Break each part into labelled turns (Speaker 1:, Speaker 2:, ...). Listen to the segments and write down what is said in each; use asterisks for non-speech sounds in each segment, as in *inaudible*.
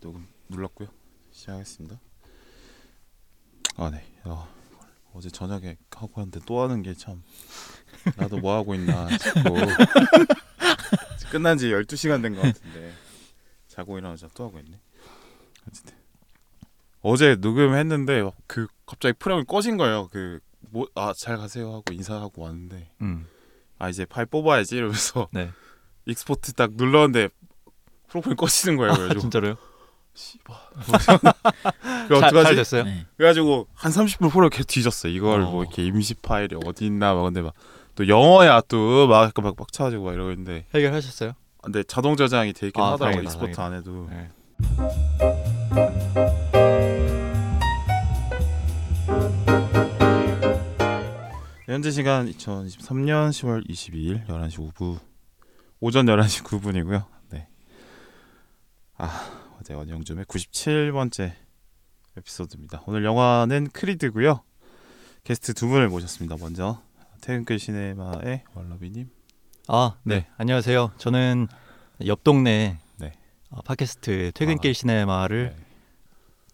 Speaker 1: 녹음 눌렀고요. 시작하겠습니다. 아 네. 아, 어제 저녁에 하고 하는데 또 하는 게 참 나도 뭐 하고 있나 싶고 *laughs* 끝난 지 12시간 된 것 같은데 자고 일어나자 또 하고 있네. 어쨌든 어제 녹음했는데 그 갑자기 프레임이 꺼진 거예요. 그 그뭐아잘 가세요 하고 인사하고 왔는데
Speaker 2: 음.
Speaker 1: 아 이제 파일 뽑아야지 이러면서 *laughs*
Speaker 2: 네.
Speaker 1: 익스포트 딱 눌렀는데 프로필 꺼지는 거예요.
Speaker 2: 아,
Speaker 1: 그래가지고
Speaker 2: 진짜로요?
Speaker 1: 씨발. *laughs* 그 어떡하지?
Speaker 2: 잘 됐어요?
Speaker 3: 네.
Speaker 1: 그래가지고 한 30분 프로 계속 뒤졌어. 이걸 뭐
Speaker 2: 어.
Speaker 1: 이렇게 임시 파일이 어디 있나 막 근데 막 또 영어야 또 막 약간 막 빡쳐가지고 막 이러고 있는데
Speaker 2: 해결하셨어요?
Speaker 1: 근데 자동 저장이 돼 있긴
Speaker 2: 아,
Speaker 1: 하더라고
Speaker 2: 다행이다,
Speaker 1: 익스포트
Speaker 2: 다행이다.
Speaker 1: 안 해도.
Speaker 2: 네.
Speaker 1: 현재 시간 2023년 10월 22일 11시 5분 오전 11시 9분이고요. 네. 아 어제 원영점의 97번째 에피소드입니다. 오늘 영화는 크리드고요. 게스트 두 분을 모셨습니다. 먼저 퇴근길 시네마의 월러비님.
Speaker 2: 아, 네.
Speaker 1: 네.
Speaker 2: 안녕하세요. 저는 옆 동네
Speaker 1: 네.
Speaker 2: 어, 팟캐스트 퇴근길
Speaker 1: 아.
Speaker 2: 시네마를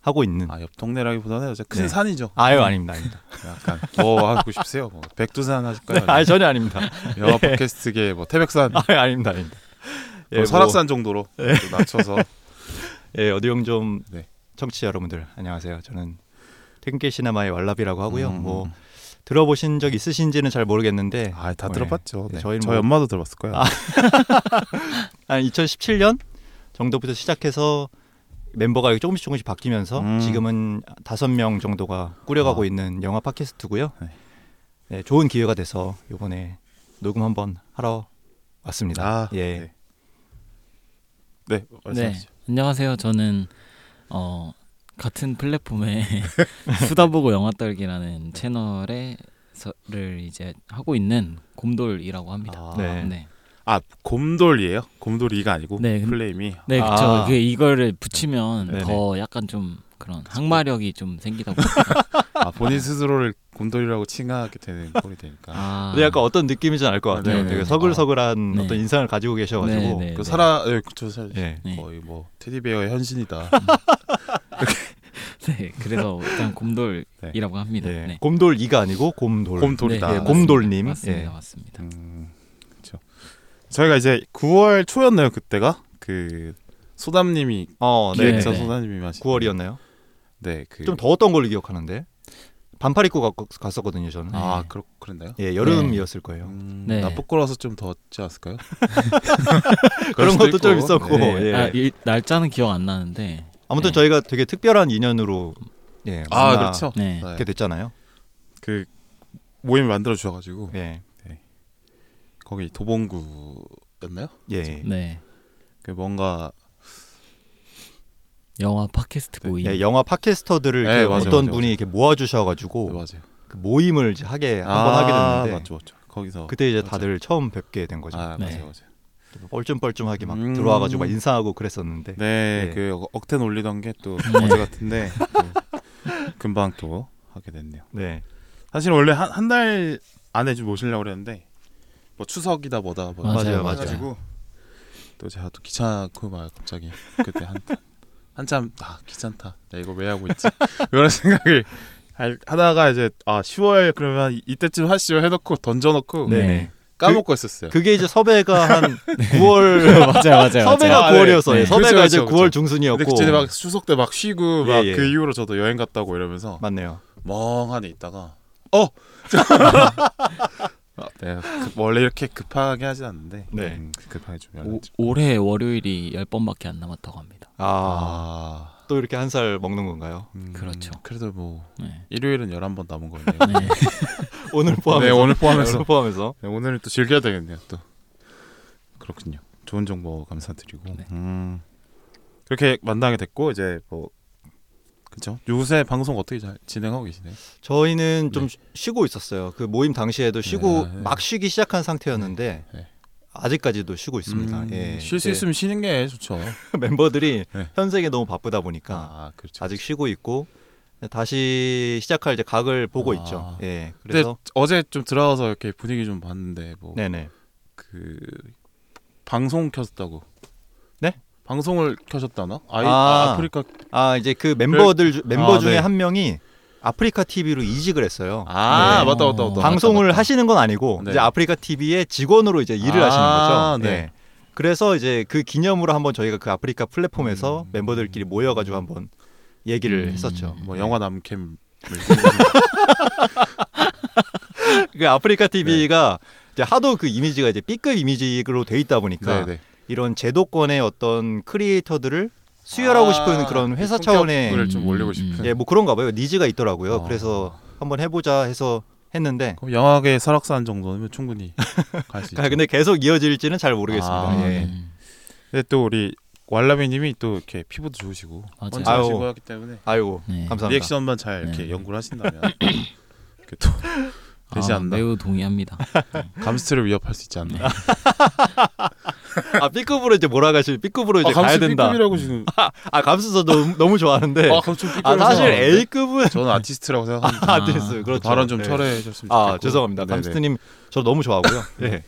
Speaker 2: 하고 있는
Speaker 1: 아옆 동네라기보다는 이제 큰
Speaker 2: 네.
Speaker 1: 산이죠.
Speaker 2: 아, 유 아닙니다. 아닙니다.
Speaker 1: 약간 뭐 하고 싶으세요? 뭐 백두산 하실까요?
Speaker 2: 아, 전혀 아닙니다.
Speaker 1: 영화 팟캐스트계 뭐 태백산,
Speaker 2: 아, 아닙니다. 아닙니다.
Speaker 1: 뭐
Speaker 2: 뭐,
Speaker 1: 설악산 정도로
Speaker 2: 예.
Speaker 1: 좀 낮춰서
Speaker 2: 예, 어디용 좀
Speaker 1: 네.
Speaker 2: 청취자 여러분들 안녕하세요. 저는 퇴근길 시네마의 왈라비라고 하고요.
Speaker 1: 음.
Speaker 2: 뭐 들어보신 적 있으신지는 잘 모르겠는데
Speaker 1: 아 다
Speaker 2: 네.
Speaker 1: 들어봤죠. 네. 저희
Speaker 2: 저희는
Speaker 1: 저희
Speaker 2: 뭐-
Speaker 1: 엄마도 들어봤을 거예요.
Speaker 2: 아. 한 2017년 정도부터 시작해서 멤버가 이렇게 조금씩 조금씩 바뀌면서
Speaker 1: 음.
Speaker 2: 지금은 다섯 명 정도가 꾸려가고
Speaker 1: 아.
Speaker 2: 있는 영화 팟캐스트고요.
Speaker 1: 네.
Speaker 2: 네, 좋은 기회가 돼서 이번에 녹음 한번 하러 왔습니다.
Speaker 1: 아,
Speaker 2: 예,
Speaker 1: 네. 네,
Speaker 3: 네.
Speaker 1: 말씀하시죠.
Speaker 3: 안녕하세요. 저는 어, 같은 플랫폼에 *laughs* 수다보고 영화
Speaker 2: 네.
Speaker 3: 떨기라는 채널에서를 이제 하고 있는 곰돌이라고 합니다.
Speaker 1: 아,
Speaker 2: 네.
Speaker 3: 네.
Speaker 1: 아 곰돌이에요? 곰돌이가 아니고
Speaker 3: 네, 근-
Speaker 1: 플레임이.
Speaker 3: 네, 그렇죠.
Speaker 2: 아.
Speaker 3: 그 이거를 붙이면
Speaker 2: 네네.
Speaker 3: 더 약간 좀 그런 항마력이 좀 생기다고.
Speaker 2: *laughs*
Speaker 1: 아 본인 스스로를 곰돌이라고 칭하게 되는 꼴이 되니까.
Speaker 3: 아.
Speaker 2: 근데 네, 약간 어떤 느낌인지 알 것 같아요.
Speaker 1: 네, 네,
Speaker 2: 되게
Speaker 1: 네.
Speaker 2: 서글서글한
Speaker 3: 네.
Speaker 2: 어떤 인상을 가지고
Speaker 3: 네,
Speaker 2: 계셔가지고
Speaker 3: 네,
Speaker 1: 그
Speaker 3: 네.
Speaker 1: 살아, 예, 그렇죠. 살-
Speaker 2: 예.
Speaker 3: 네.
Speaker 1: 거의 뭐 테디베어의 현신이다.
Speaker 3: 네, 그래서 일단 곰돌이라고 합니다.
Speaker 2: 예.
Speaker 3: 네.
Speaker 2: 곰돌 이가 아니고 곰돌.
Speaker 1: 곰돌이다.
Speaker 3: 네,
Speaker 2: 예, 곰돌님.
Speaker 3: 맞습니다.
Speaker 2: 예.
Speaker 3: 맞습니다.
Speaker 1: 음, 그렇죠. 저희가 이제 9월 초였나요 그때가 그 소담님이
Speaker 2: 어, 네.
Speaker 1: 기획사
Speaker 3: 네.
Speaker 1: 소담님이 하신
Speaker 2: 9월이었나요?
Speaker 1: 네, 그
Speaker 2: 좀 더웠던 걸로 기억하는데 반팔 입고 가- 갔었거든요. 저는.
Speaker 1: 아,
Speaker 3: 네.
Speaker 1: 그렇 그랬나요?
Speaker 2: 예, 여름이었을 거예요.
Speaker 1: 음,
Speaker 3: 네.
Speaker 1: 나 부끄러워서 좀 더웠지 않았을까요?
Speaker 2: 네.
Speaker 1: 그럴
Speaker 2: 그런
Speaker 1: 수도
Speaker 2: 것도 좀
Speaker 1: 있고.
Speaker 2: 있었고
Speaker 1: 네.
Speaker 2: 예.
Speaker 3: 아, 이, 날짜는 기억 안 나는데.
Speaker 2: 아무튼
Speaker 3: 네.
Speaker 2: 저희가 되게 특별한 인연으로 예,
Speaker 1: 아,
Speaker 2: 만나-
Speaker 1: 그렇죠.
Speaker 3: 네.
Speaker 2: 이렇게 됐잖아요.
Speaker 1: 그 모임 만들어 주셔가지고
Speaker 2: 예.
Speaker 1: 거기 도봉구였나요?
Speaker 2: 예.
Speaker 1: 그렇죠.
Speaker 3: 네.
Speaker 1: 그 뭔가
Speaker 3: 영화 팟캐스트 모임.
Speaker 2: 예, 영화 팟캐스터들을
Speaker 1: 네,
Speaker 2: 이렇게
Speaker 1: 맞아요,
Speaker 2: 어떤
Speaker 1: 맞아요,
Speaker 2: 분이
Speaker 1: 맞아요.
Speaker 2: 이렇게 모아 주셔
Speaker 1: 네,
Speaker 2: 가지고 그
Speaker 1: 맞아요. 아,
Speaker 2: 모임을 이제 하게 한번 하게 됐는데
Speaker 1: 맞죠, 맞죠. 거기서
Speaker 2: 그때 이제
Speaker 1: 맞아요.
Speaker 2: 다들 처음 뵙게 된 거죠.
Speaker 1: 아,
Speaker 3: 네.
Speaker 1: 맞아요, 맞아요.
Speaker 2: 뻘쭘뻘쭘하게 막
Speaker 1: 음.
Speaker 2: 들어와 가지고 막 인사하고 그랬었는데.
Speaker 1: 네,
Speaker 2: 예.
Speaker 1: 그 억텐 올리던 게 또
Speaker 3: 네.
Speaker 1: 어제 같은데 또 *laughs* 금방 또 하게 됐네요.
Speaker 2: 네.
Speaker 1: 사실 원래 한 한 달 안에 좀 모시려고 그랬는데 뭐 추석이다 뭐다 뭐
Speaker 2: 맞아요, 맞아요.
Speaker 1: 해가지고 또 제가 또 귀찮고 막 갑자기 그때 한 *laughs* 한참 아 귀찮다 나 이거 왜 하고 있지 *laughs* 이런 생각을 할- 하다가 이제 아 10월 그러면 이- 이때쯤 하시죠 해놓고 던져놓고
Speaker 2: 네.
Speaker 3: 네.
Speaker 1: 까먹고 있었어요.
Speaker 2: 그게 이제
Speaker 1: *laughs*
Speaker 2: 섭외가 한 9월
Speaker 3: *laughs*
Speaker 2: *laughs*
Speaker 3: 맞아요, 맞아요. 맞아요.
Speaker 2: 섭외가
Speaker 1: 네. 아, 네.
Speaker 2: 9월이었어요.
Speaker 3: 네.
Speaker 2: 섭외가
Speaker 1: 그렇죠,
Speaker 2: 이제
Speaker 1: 그렇죠, 그렇죠.
Speaker 2: 9월
Speaker 1: 근데
Speaker 2: 중순이었고
Speaker 1: 그때 막 추석 때 막 쉬고
Speaker 2: 예,
Speaker 1: 막
Speaker 2: 예.
Speaker 1: 그 이후로 저도 여행 갔다고 이러면서
Speaker 2: 맞네요.
Speaker 1: 멍하니 있다가 *laughs* 어 아, 네, 그- 원래 이렇게 급하게 하지 않는데
Speaker 2: 네.
Speaker 1: 음, 급하게 좀
Speaker 3: 오,
Speaker 1: 연락했죠.
Speaker 3: 올해 월요일이 10번밖에 안 남았다고 합니다.
Speaker 2: 아,
Speaker 1: 아,
Speaker 2: 또 이렇게 한 살 먹는 건가요?
Speaker 1: 음,
Speaker 3: 그렇죠.
Speaker 1: 그래도 뭐
Speaker 3: 네.
Speaker 1: 일요일은 11번 남은 거네요.
Speaker 3: 네.
Speaker 2: 오늘
Speaker 1: 네,
Speaker 2: 포함해서
Speaker 1: 오늘 포함해서
Speaker 2: 오늘 포함해서
Speaker 1: *laughs* 네, 오늘은 또 즐겨야 되겠네요. 또 그렇군요. 좋은 정보 감사드리고
Speaker 3: 네.
Speaker 1: 음, 그렇게 만나게 됐고 이제 뭐 그렇죠. 요새 방송 어떻게 잘 진행하고 계시나요?
Speaker 2: 저희는 좀 쉬- 쉬고 있었어요. 그 모임 당시에도 쉬고
Speaker 1: 네.
Speaker 2: 막 쉬기 시작한 상태였는데
Speaker 1: 네. 음,
Speaker 2: 아직까지도 쉬고 있습니다. 예.
Speaker 1: 쉴 수
Speaker 2: 이제
Speaker 1: 있으면 쉬는 게 좋죠.
Speaker 2: *laughs* 멤버들이
Speaker 1: 네.
Speaker 2: 현생에 너무 바쁘다 보니까
Speaker 1: 아, 그렇죠.
Speaker 2: 아직 쉬고 있고 다시 시작할 이제 각을 보고
Speaker 1: 아.
Speaker 2: 있죠. 예.
Speaker 1: 근데
Speaker 2: 그래서
Speaker 1: 어제 좀 들어와서 이렇게 분위기 좀 봤는데 뭐
Speaker 2: 네네.
Speaker 1: 그 방송 켰다고.
Speaker 2: 네?
Speaker 1: 방송을 켜셨다나? 아이,
Speaker 2: 아.
Speaker 1: 아, 아프리카
Speaker 2: 아 이제 그 멤버들 주- 멤버
Speaker 1: 아,
Speaker 2: 중에
Speaker 1: 네.
Speaker 2: 한 명이 아프리카 TV로 이직을 했어요.
Speaker 1: 아
Speaker 3: 네.
Speaker 1: 맞다 맞다 맞다
Speaker 3: 어,
Speaker 2: 방송을
Speaker 1: 맞다, 맞다.
Speaker 2: 하시는 건 아니고
Speaker 1: 네.
Speaker 2: 이제 아프리카 TV의 직원으로 이제 일을
Speaker 1: 아,
Speaker 2: 하시는 거죠.
Speaker 1: 네.
Speaker 2: 예. 그래서 이제 그 기념으로 한번 저희가 그 아프리카 플랫폼에서
Speaker 1: 음.
Speaker 2: 멤버들끼리 모여가지고 한번 얘기를
Speaker 3: 음.
Speaker 2: 했었죠.
Speaker 1: 뭐
Speaker 2: 예.
Speaker 1: 영화 남캠
Speaker 2: *laughs* 아. 그 아프리카 TV가 이제 하도 그 이미지가 이제 B급 이미지로 돼 있다 보니까
Speaker 1: 네네
Speaker 2: 이런 제도권의 어떤 크리에이터들을 수혈하고
Speaker 1: 아,
Speaker 2: 싶은 그런 회사
Speaker 1: 그
Speaker 2: 차원의
Speaker 1: 성격을 좀 올리고 싶은.
Speaker 2: 예, 뭐 그런가 봐요. 니즈가 있더라고요.
Speaker 1: 어.
Speaker 2: 그래서 한번 해보자 해서 했는데
Speaker 1: 그럼 영화계 설악산 정도면
Speaker 2: *laughs*
Speaker 1: 충분히 갈 수 있죠.
Speaker 2: 아, 근데 계속 이어질지는 잘 모르겠습니다.
Speaker 1: 아,
Speaker 2: 예.
Speaker 3: 음.
Speaker 1: 근데 네, 또 우리 왈라비님이 또 이렇게 피부도 좋으시고
Speaker 3: 맞아요.
Speaker 1: 번창하시고
Speaker 2: 아유.
Speaker 1: 하기 때문에
Speaker 2: 아이고
Speaker 3: 네.
Speaker 2: 감사합니다.
Speaker 1: 리액션만 잘 이렇게
Speaker 3: 네.
Speaker 1: 연구를
Speaker 2: *laughs*
Speaker 1: 하신다면 이렇게 또 되지
Speaker 3: 아,
Speaker 1: 않나?
Speaker 3: 매우 동의합니다.
Speaker 1: 감스트를 위협할 수 있지 않나?
Speaker 2: 아 B급으로 이제 몰아가실 B급으로 이제
Speaker 1: 아,
Speaker 2: 가야
Speaker 1: 감스트
Speaker 2: 된다.
Speaker 1: B급이라고 지금.
Speaker 2: 아 감수 저 너무, 너무 좋아하는데
Speaker 1: 아
Speaker 2: 아,
Speaker 1: 감스트 B급.
Speaker 2: 사실 A급은 *laughs*
Speaker 1: 저는 아티스트라고 생각합니다.
Speaker 2: 아, 됐어요. 그렇죠.
Speaker 1: 발언 좀
Speaker 2: 네.
Speaker 1: 철회해 줬으면 좋겠고.
Speaker 2: 아 죄송합니다.
Speaker 1: 네네.
Speaker 2: 감스트님 저
Speaker 1: *laughs*
Speaker 2: 너무 좋아하고요. 예,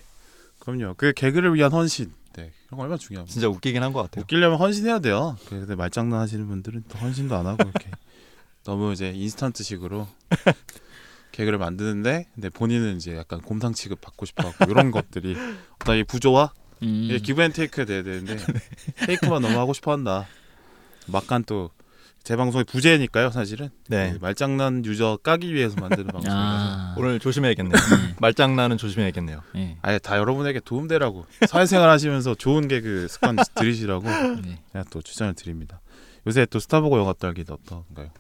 Speaker 1: 그럼요. 그 개그를 위한 헌신. 네. 그런 거 얼마나 중요합니다.
Speaker 2: 진짜 웃기긴 한 것 같아요.
Speaker 1: 웃기려면 헌신해야 돼요. 근데 말장난 하시는 분들은 또 헌신도 안 하고
Speaker 2: *laughs*
Speaker 1: 이렇게 너무 이제 인스턴트식으로 개그를 만드는데 근데 본인은 이제 약간 곰탕 취급 받고 싶어하고 이런 것들이 어떤 이 부조화
Speaker 3: 음.
Speaker 1: *laughs* 이게 기브앤테이크가 돼야
Speaker 2: *laughs*
Speaker 1: 되는데
Speaker 2: 네.
Speaker 1: 테이크만 너무 하고 싶어한다. 막간 또 재방송이 부재니까요, 사실은.
Speaker 2: 네
Speaker 1: 그 말장난 유저 까기 위해서 만드는 방송이라서
Speaker 3: 아,
Speaker 2: 오늘 조심해야겠네요.
Speaker 1: 음.
Speaker 2: *laughs* 말장난은 조심해야겠네요.
Speaker 3: 네.
Speaker 1: 아예 다 여러분에게 도움되라고 사회생활 하시면서 좋은 개그 습관 들이시라고
Speaker 3: 네.
Speaker 1: 제가 또 추천을 드립니다. 요새 또 스타보고 영업 떨기 어떤가요?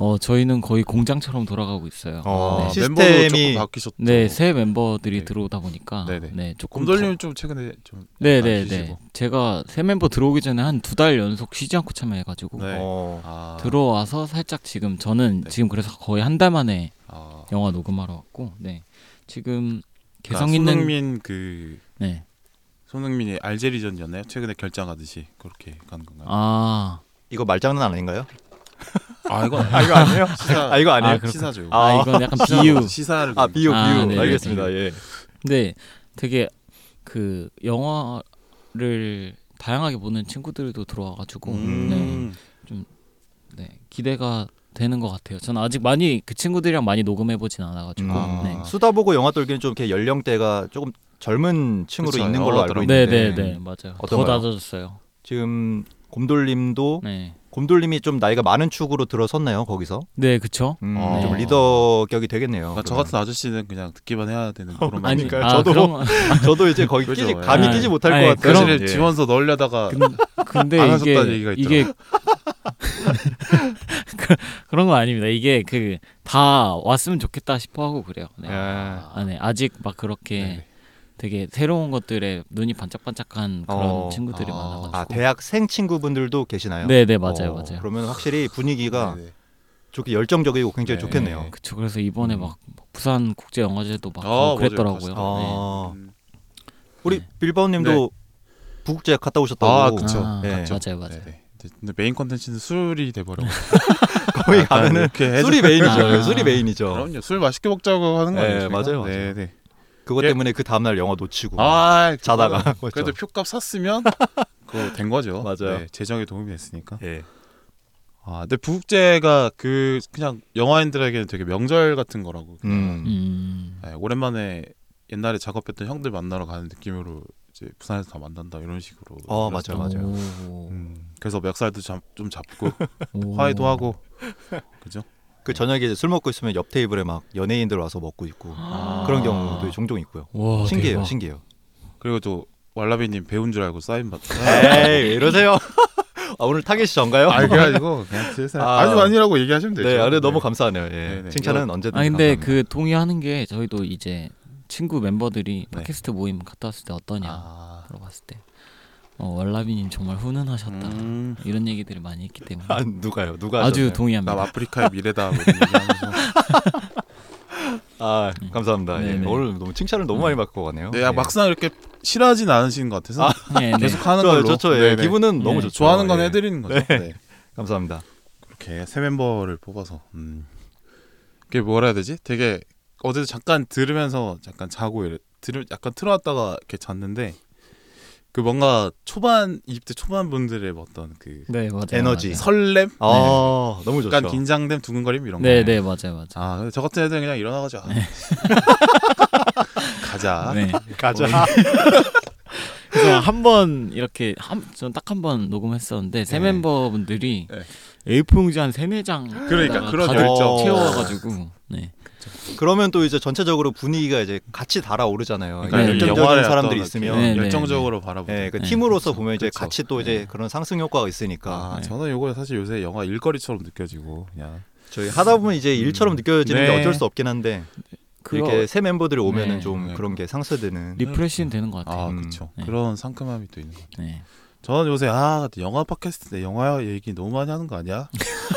Speaker 3: 어 저희는 거의 공장처럼 돌아가고 있어요.
Speaker 2: 어,
Speaker 3: 네.
Speaker 2: 시-
Speaker 1: 멤버도
Speaker 2: 시스템이-
Speaker 1: 조금 바뀌셨죠.
Speaker 3: 네, 새 멤버들이
Speaker 1: 네.
Speaker 3: 들어오다 보니까
Speaker 1: 네네.
Speaker 3: 네, 조금
Speaker 1: 곰돌님 좀 최근에 좀 많이
Speaker 3: 네네네.
Speaker 1: 쉬시고.
Speaker 3: 제가 새 멤버 들어오기 전에 한 두 달 연속 쉬지 않고 참여해가지고
Speaker 1: 네.
Speaker 2: 어,
Speaker 1: 아,
Speaker 3: 들어와서 살짝 지금 저는
Speaker 1: 네.
Speaker 3: 지금 그래서 거의 한 달 만에
Speaker 1: 아,
Speaker 3: 영화 녹음하러 왔고 네 지금 개성
Speaker 1: 그러니까
Speaker 3: 있는
Speaker 1: 손흥민 그
Speaker 3: 네.
Speaker 1: 손흥민이 알제리전이었나요? 최근에 결장하듯이 그렇게 간 건가요?
Speaker 3: 아,
Speaker 2: 이거 말장난 아닌가요?
Speaker 1: 아 이건
Speaker 2: 아 이거 아니에요?
Speaker 1: *laughs* 시사
Speaker 2: 아 이거
Speaker 1: 아,
Speaker 2: 아니에요?
Speaker 1: 시사죠. 이거.
Speaker 3: 아,
Speaker 2: 아.
Speaker 3: 이건 약간
Speaker 1: 시사로,
Speaker 3: 비유.
Speaker 1: 시사를
Speaker 2: 아, 비유 비유
Speaker 3: 아, 네네.
Speaker 2: 알겠습니다. 예.
Speaker 3: 근데 되게 그 영화를 다양하게 보는 친구들도 들어와가지고 네,
Speaker 1: 음.
Speaker 3: 네, 기대가 되는 것 같아요. 저는 아직 많이 그 친구들이랑 많이 녹음해보진 않아가지고
Speaker 1: 아.
Speaker 3: 네.
Speaker 2: 어, 수다 보고 영화 돌기는 좀 이렇게 연령대가 조금 젊은 층으로
Speaker 1: 그쵸,
Speaker 2: 있는 걸로 알고
Speaker 1: 영화더라고요.
Speaker 2: 있는데
Speaker 3: 네네네 맞아요. 더
Speaker 2: 어떤가요?
Speaker 3: 낮아졌어요.
Speaker 2: 지금 곰돌님도
Speaker 3: 네,
Speaker 2: 곰돌님이 좀 나이가 많은 축으로 들어섰나요 거기서?
Speaker 3: 네 그쵸?
Speaker 2: 음,
Speaker 1: 아.
Speaker 2: 좀 리더격이 되겠네요.
Speaker 1: 그러니까 저
Speaker 2: 그러면.
Speaker 1: 같은 아저씨는 그냥 듣기만 해야
Speaker 2: *laughs*
Speaker 1: 되는 그런
Speaker 2: 아니,
Speaker 1: 방송.
Speaker 2: 그러니까요. 저도
Speaker 3: 그런,
Speaker 2: 저도 이제 거기 끼지
Speaker 1: 그죠,
Speaker 2: 감이
Speaker 3: 예.
Speaker 2: 끼지 못할
Speaker 3: 아니,
Speaker 2: 것 같아요.
Speaker 3: 그럼-
Speaker 1: 사실 지원서 넣으려다가
Speaker 3: 근데
Speaker 1: 안
Speaker 3: 이게
Speaker 1: 하셨다는 얘기가
Speaker 3: 이게 *laughs* 그- 그런 건 아닙니다. 이게 그 다 왔으면 좋겠다 싶어 하고 그래요. 네.
Speaker 2: 아.
Speaker 3: 아, 네. 아직 막 그렇게
Speaker 1: 네.
Speaker 3: 되게 새로운 것들에 눈이 반짝반짝한 그런
Speaker 2: 어.
Speaker 3: 친구들이
Speaker 1: 아.
Speaker 3: 많아가지고.
Speaker 2: 아 대학생 친구분들도 계시나요?
Speaker 3: 네, 네 맞아요,
Speaker 2: 어,
Speaker 3: 맞아요.
Speaker 2: 그러면 확실히 분위기가
Speaker 1: 네네.
Speaker 2: 좋게 열정적이고 굉장히
Speaker 1: 네.
Speaker 2: 좋겠네요.
Speaker 3: 그쵸. 그래서 이번에
Speaker 2: 음.
Speaker 3: 막 부산 국제 영화제도 막
Speaker 1: 아,
Speaker 3: 가고
Speaker 1: 맞아요.
Speaker 3: 그랬더라고요. 네.
Speaker 2: 아,
Speaker 1: 음.
Speaker 2: 우리
Speaker 3: 네.
Speaker 2: 빌바오님도 북국제 갔다 오셨다고.
Speaker 1: 아, 그쵸.
Speaker 3: 아,
Speaker 2: 네.
Speaker 3: 맞아요, 맞아요.
Speaker 1: 네네. 근데 메인 컨텐츠는 술이 돼버려.
Speaker 2: *laughs*
Speaker 1: *laughs*
Speaker 2: 거기
Speaker 1: 약간
Speaker 2: 가면은
Speaker 1: 이렇게 어. 해서- *laughs*
Speaker 2: 술이 메인이죠.
Speaker 3: 아.
Speaker 2: 술이 메인이죠.
Speaker 1: 네. 그럼요. 술 맛있게 먹자고 하는 거
Speaker 2: 네,
Speaker 1: 아니에요?
Speaker 2: 맞아요, 맞아요.
Speaker 1: 네네.
Speaker 2: 그것
Speaker 1: 예.
Speaker 2: 때문에 그 다음 날 영화 놓치고
Speaker 1: 아
Speaker 2: 자다가
Speaker 1: *laughs* 그거- 그래도
Speaker 2: *laughs* 그렇죠.
Speaker 1: 표값 *laughs* 샀으면 그거 된 거죠. 네,
Speaker 2: 맞아요.
Speaker 1: 재정에 도움이 됐으니까.
Speaker 2: 예.
Speaker 1: 아 근데 부국제가 그 그냥 영화인들에게는 되게 명절 같은 거라고.
Speaker 2: 음.
Speaker 3: 음.
Speaker 1: 네, 오랜만에 옛날에 작업했던 형들 만나러 가는 느낌으로 이제 부산에서 다 만난다 이런 식으로.
Speaker 2: 어, 맞아요. 맞아요.
Speaker 3: 오.
Speaker 1: 음, 그래서 멱살도 잡, 좀 *laughs* 잡고
Speaker 3: 오.
Speaker 1: 화해도 *laughs* 하고 그죠?
Speaker 2: 그 저녁에 이제 술 먹고 있으면 옆 테이블에 막 연예인들 와서 먹고 있고
Speaker 1: 아.
Speaker 2: 그런 경우도 종종 있고요.
Speaker 1: 어,
Speaker 3: 와,
Speaker 2: 신기해요,
Speaker 3: 대박.
Speaker 2: 신기해요.
Speaker 1: 그리고 또 왈라비님 배운 줄 알고 사인 받.
Speaker 2: 에이, 왜 이러세요? *laughs* 아, 오늘 타겟이 전가요?
Speaker 1: 아 그래가지고 그냥 슬슬
Speaker 2: 아.
Speaker 1: 아주 아니라고 얘기하시면 되죠.
Speaker 2: *laughs* 네, 아, 근데 너무 감사하네요. 예.
Speaker 1: 네, 네.
Speaker 2: 칭찬은 언제든.
Speaker 3: 아 근데
Speaker 2: 감사합니다.
Speaker 3: 그 동의하는 게 저희도 이제 친구 멤버들이
Speaker 2: 네.
Speaker 3: 팟캐스트 모임 갔다 왔을 때 어떠냐
Speaker 1: 아.
Speaker 3: 물어봤을 때 어, 월라비님 정말 훈훈하셨다
Speaker 1: 음.
Speaker 3: 이런 얘기들이 많이 있기 때문에
Speaker 2: *laughs* 아, 누가요? 누가
Speaker 3: 아주
Speaker 2: 하셨나요?
Speaker 3: 동의합니다.
Speaker 1: 나 아프리카의 미래다. 뭐 이런 *laughs* 얘기하면서.
Speaker 2: 아, 감사합니다. 예.
Speaker 3: 네, 네.
Speaker 2: 오늘 너무 칭찬을 너무 많이 받고 가네요. 예.
Speaker 1: 네, 야, 막상 이렇게 싫어하진 않으신 것 같아서
Speaker 3: 네, 네.
Speaker 1: 계속 하는
Speaker 2: 좋아요,
Speaker 1: 걸로.
Speaker 2: 좋죠. 예.
Speaker 1: 네네.
Speaker 2: 기분은 너무
Speaker 3: 네.
Speaker 2: 좋죠.
Speaker 1: 좋아하는 건
Speaker 2: 예.
Speaker 1: 해드리는 거죠. 네.
Speaker 2: 감사합니다.
Speaker 1: 이렇게 새 멤버를 뽑아서 음. 그게 뭐라 해야 되지? 되게 어제도 잠깐 들으면서 잠깐 자고 이래, 들 약간 틀어놨다가 이렇게 잤는데 그 뭔가 초반 20대 초반 분들의 어떤 그
Speaker 3: 네 맞아요.
Speaker 2: 에너지.
Speaker 1: 설렘,
Speaker 2: 아 너무 좋죠.
Speaker 1: 약간 긴장됨, 두근거림 이런 거.
Speaker 3: 네네 네, 맞아요 맞아요.
Speaker 1: 아, 근데 저 같은 애들은 그냥 일어나가지고 아, *laughs* 가자.
Speaker 3: 네.
Speaker 2: 가자.
Speaker 3: 그래서 한 번 이렇게 한전딱 한 번 녹음했었는데 새
Speaker 1: 네.
Speaker 3: 멤버분들이
Speaker 1: 네.
Speaker 3: A4 용지 한 세네 장
Speaker 1: 그러니까,
Speaker 3: 아, 다들
Speaker 1: 그런
Speaker 2: 열정.
Speaker 3: 채워가지고 네.
Speaker 2: 그러면 또 이제 전체적으로 분위기가 이제 같이 달아오르잖아요.
Speaker 1: 그러니까
Speaker 3: 네.
Speaker 2: 열정적인
Speaker 1: 영화를
Speaker 2: 사람들이
Speaker 1: 어떤
Speaker 2: 있으면
Speaker 3: 네, 네.
Speaker 1: 열정적으로 바라보고.
Speaker 2: 예, 그
Speaker 3: 네,
Speaker 2: 팀으로서
Speaker 1: 그렇죠.
Speaker 2: 보면 이제
Speaker 1: 그렇죠.
Speaker 2: 같이 또 이제
Speaker 1: 네.
Speaker 2: 그런 상승 효과가 있으니까
Speaker 1: 아,
Speaker 3: 네.
Speaker 1: 저는 요거 사실 요새 영화 일거리처럼 느껴지고 그냥
Speaker 2: 저희 하다 보면 이제 일처럼 느껴지는 게
Speaker 1: 네.
Speaker 2: 어쩔 수 없긴 한데
Speaker 3: 그거
Speaker 2: 이렇게 새 멤버들이 오면은
Speaker 3: 네.
Speaker 2: 좀
Speaker 1: 네.
Speaker 2: 그런 게 상쇄되는
Speaker 3: 리프레시는 되는 것 같아요.
Speaker 1: 아,
Speaker 2: 음.
Speaker 1: 그렇죠.
Speaker 3: 네.
Speaker 1: 그런 상큼함이 또 있는 것 같아요.
Speaker 3: 네.
Speaker 1: 저는 요새 아, 영화 팟캐스트인데 영화 얘기 너무 많이 하는 거 아니야?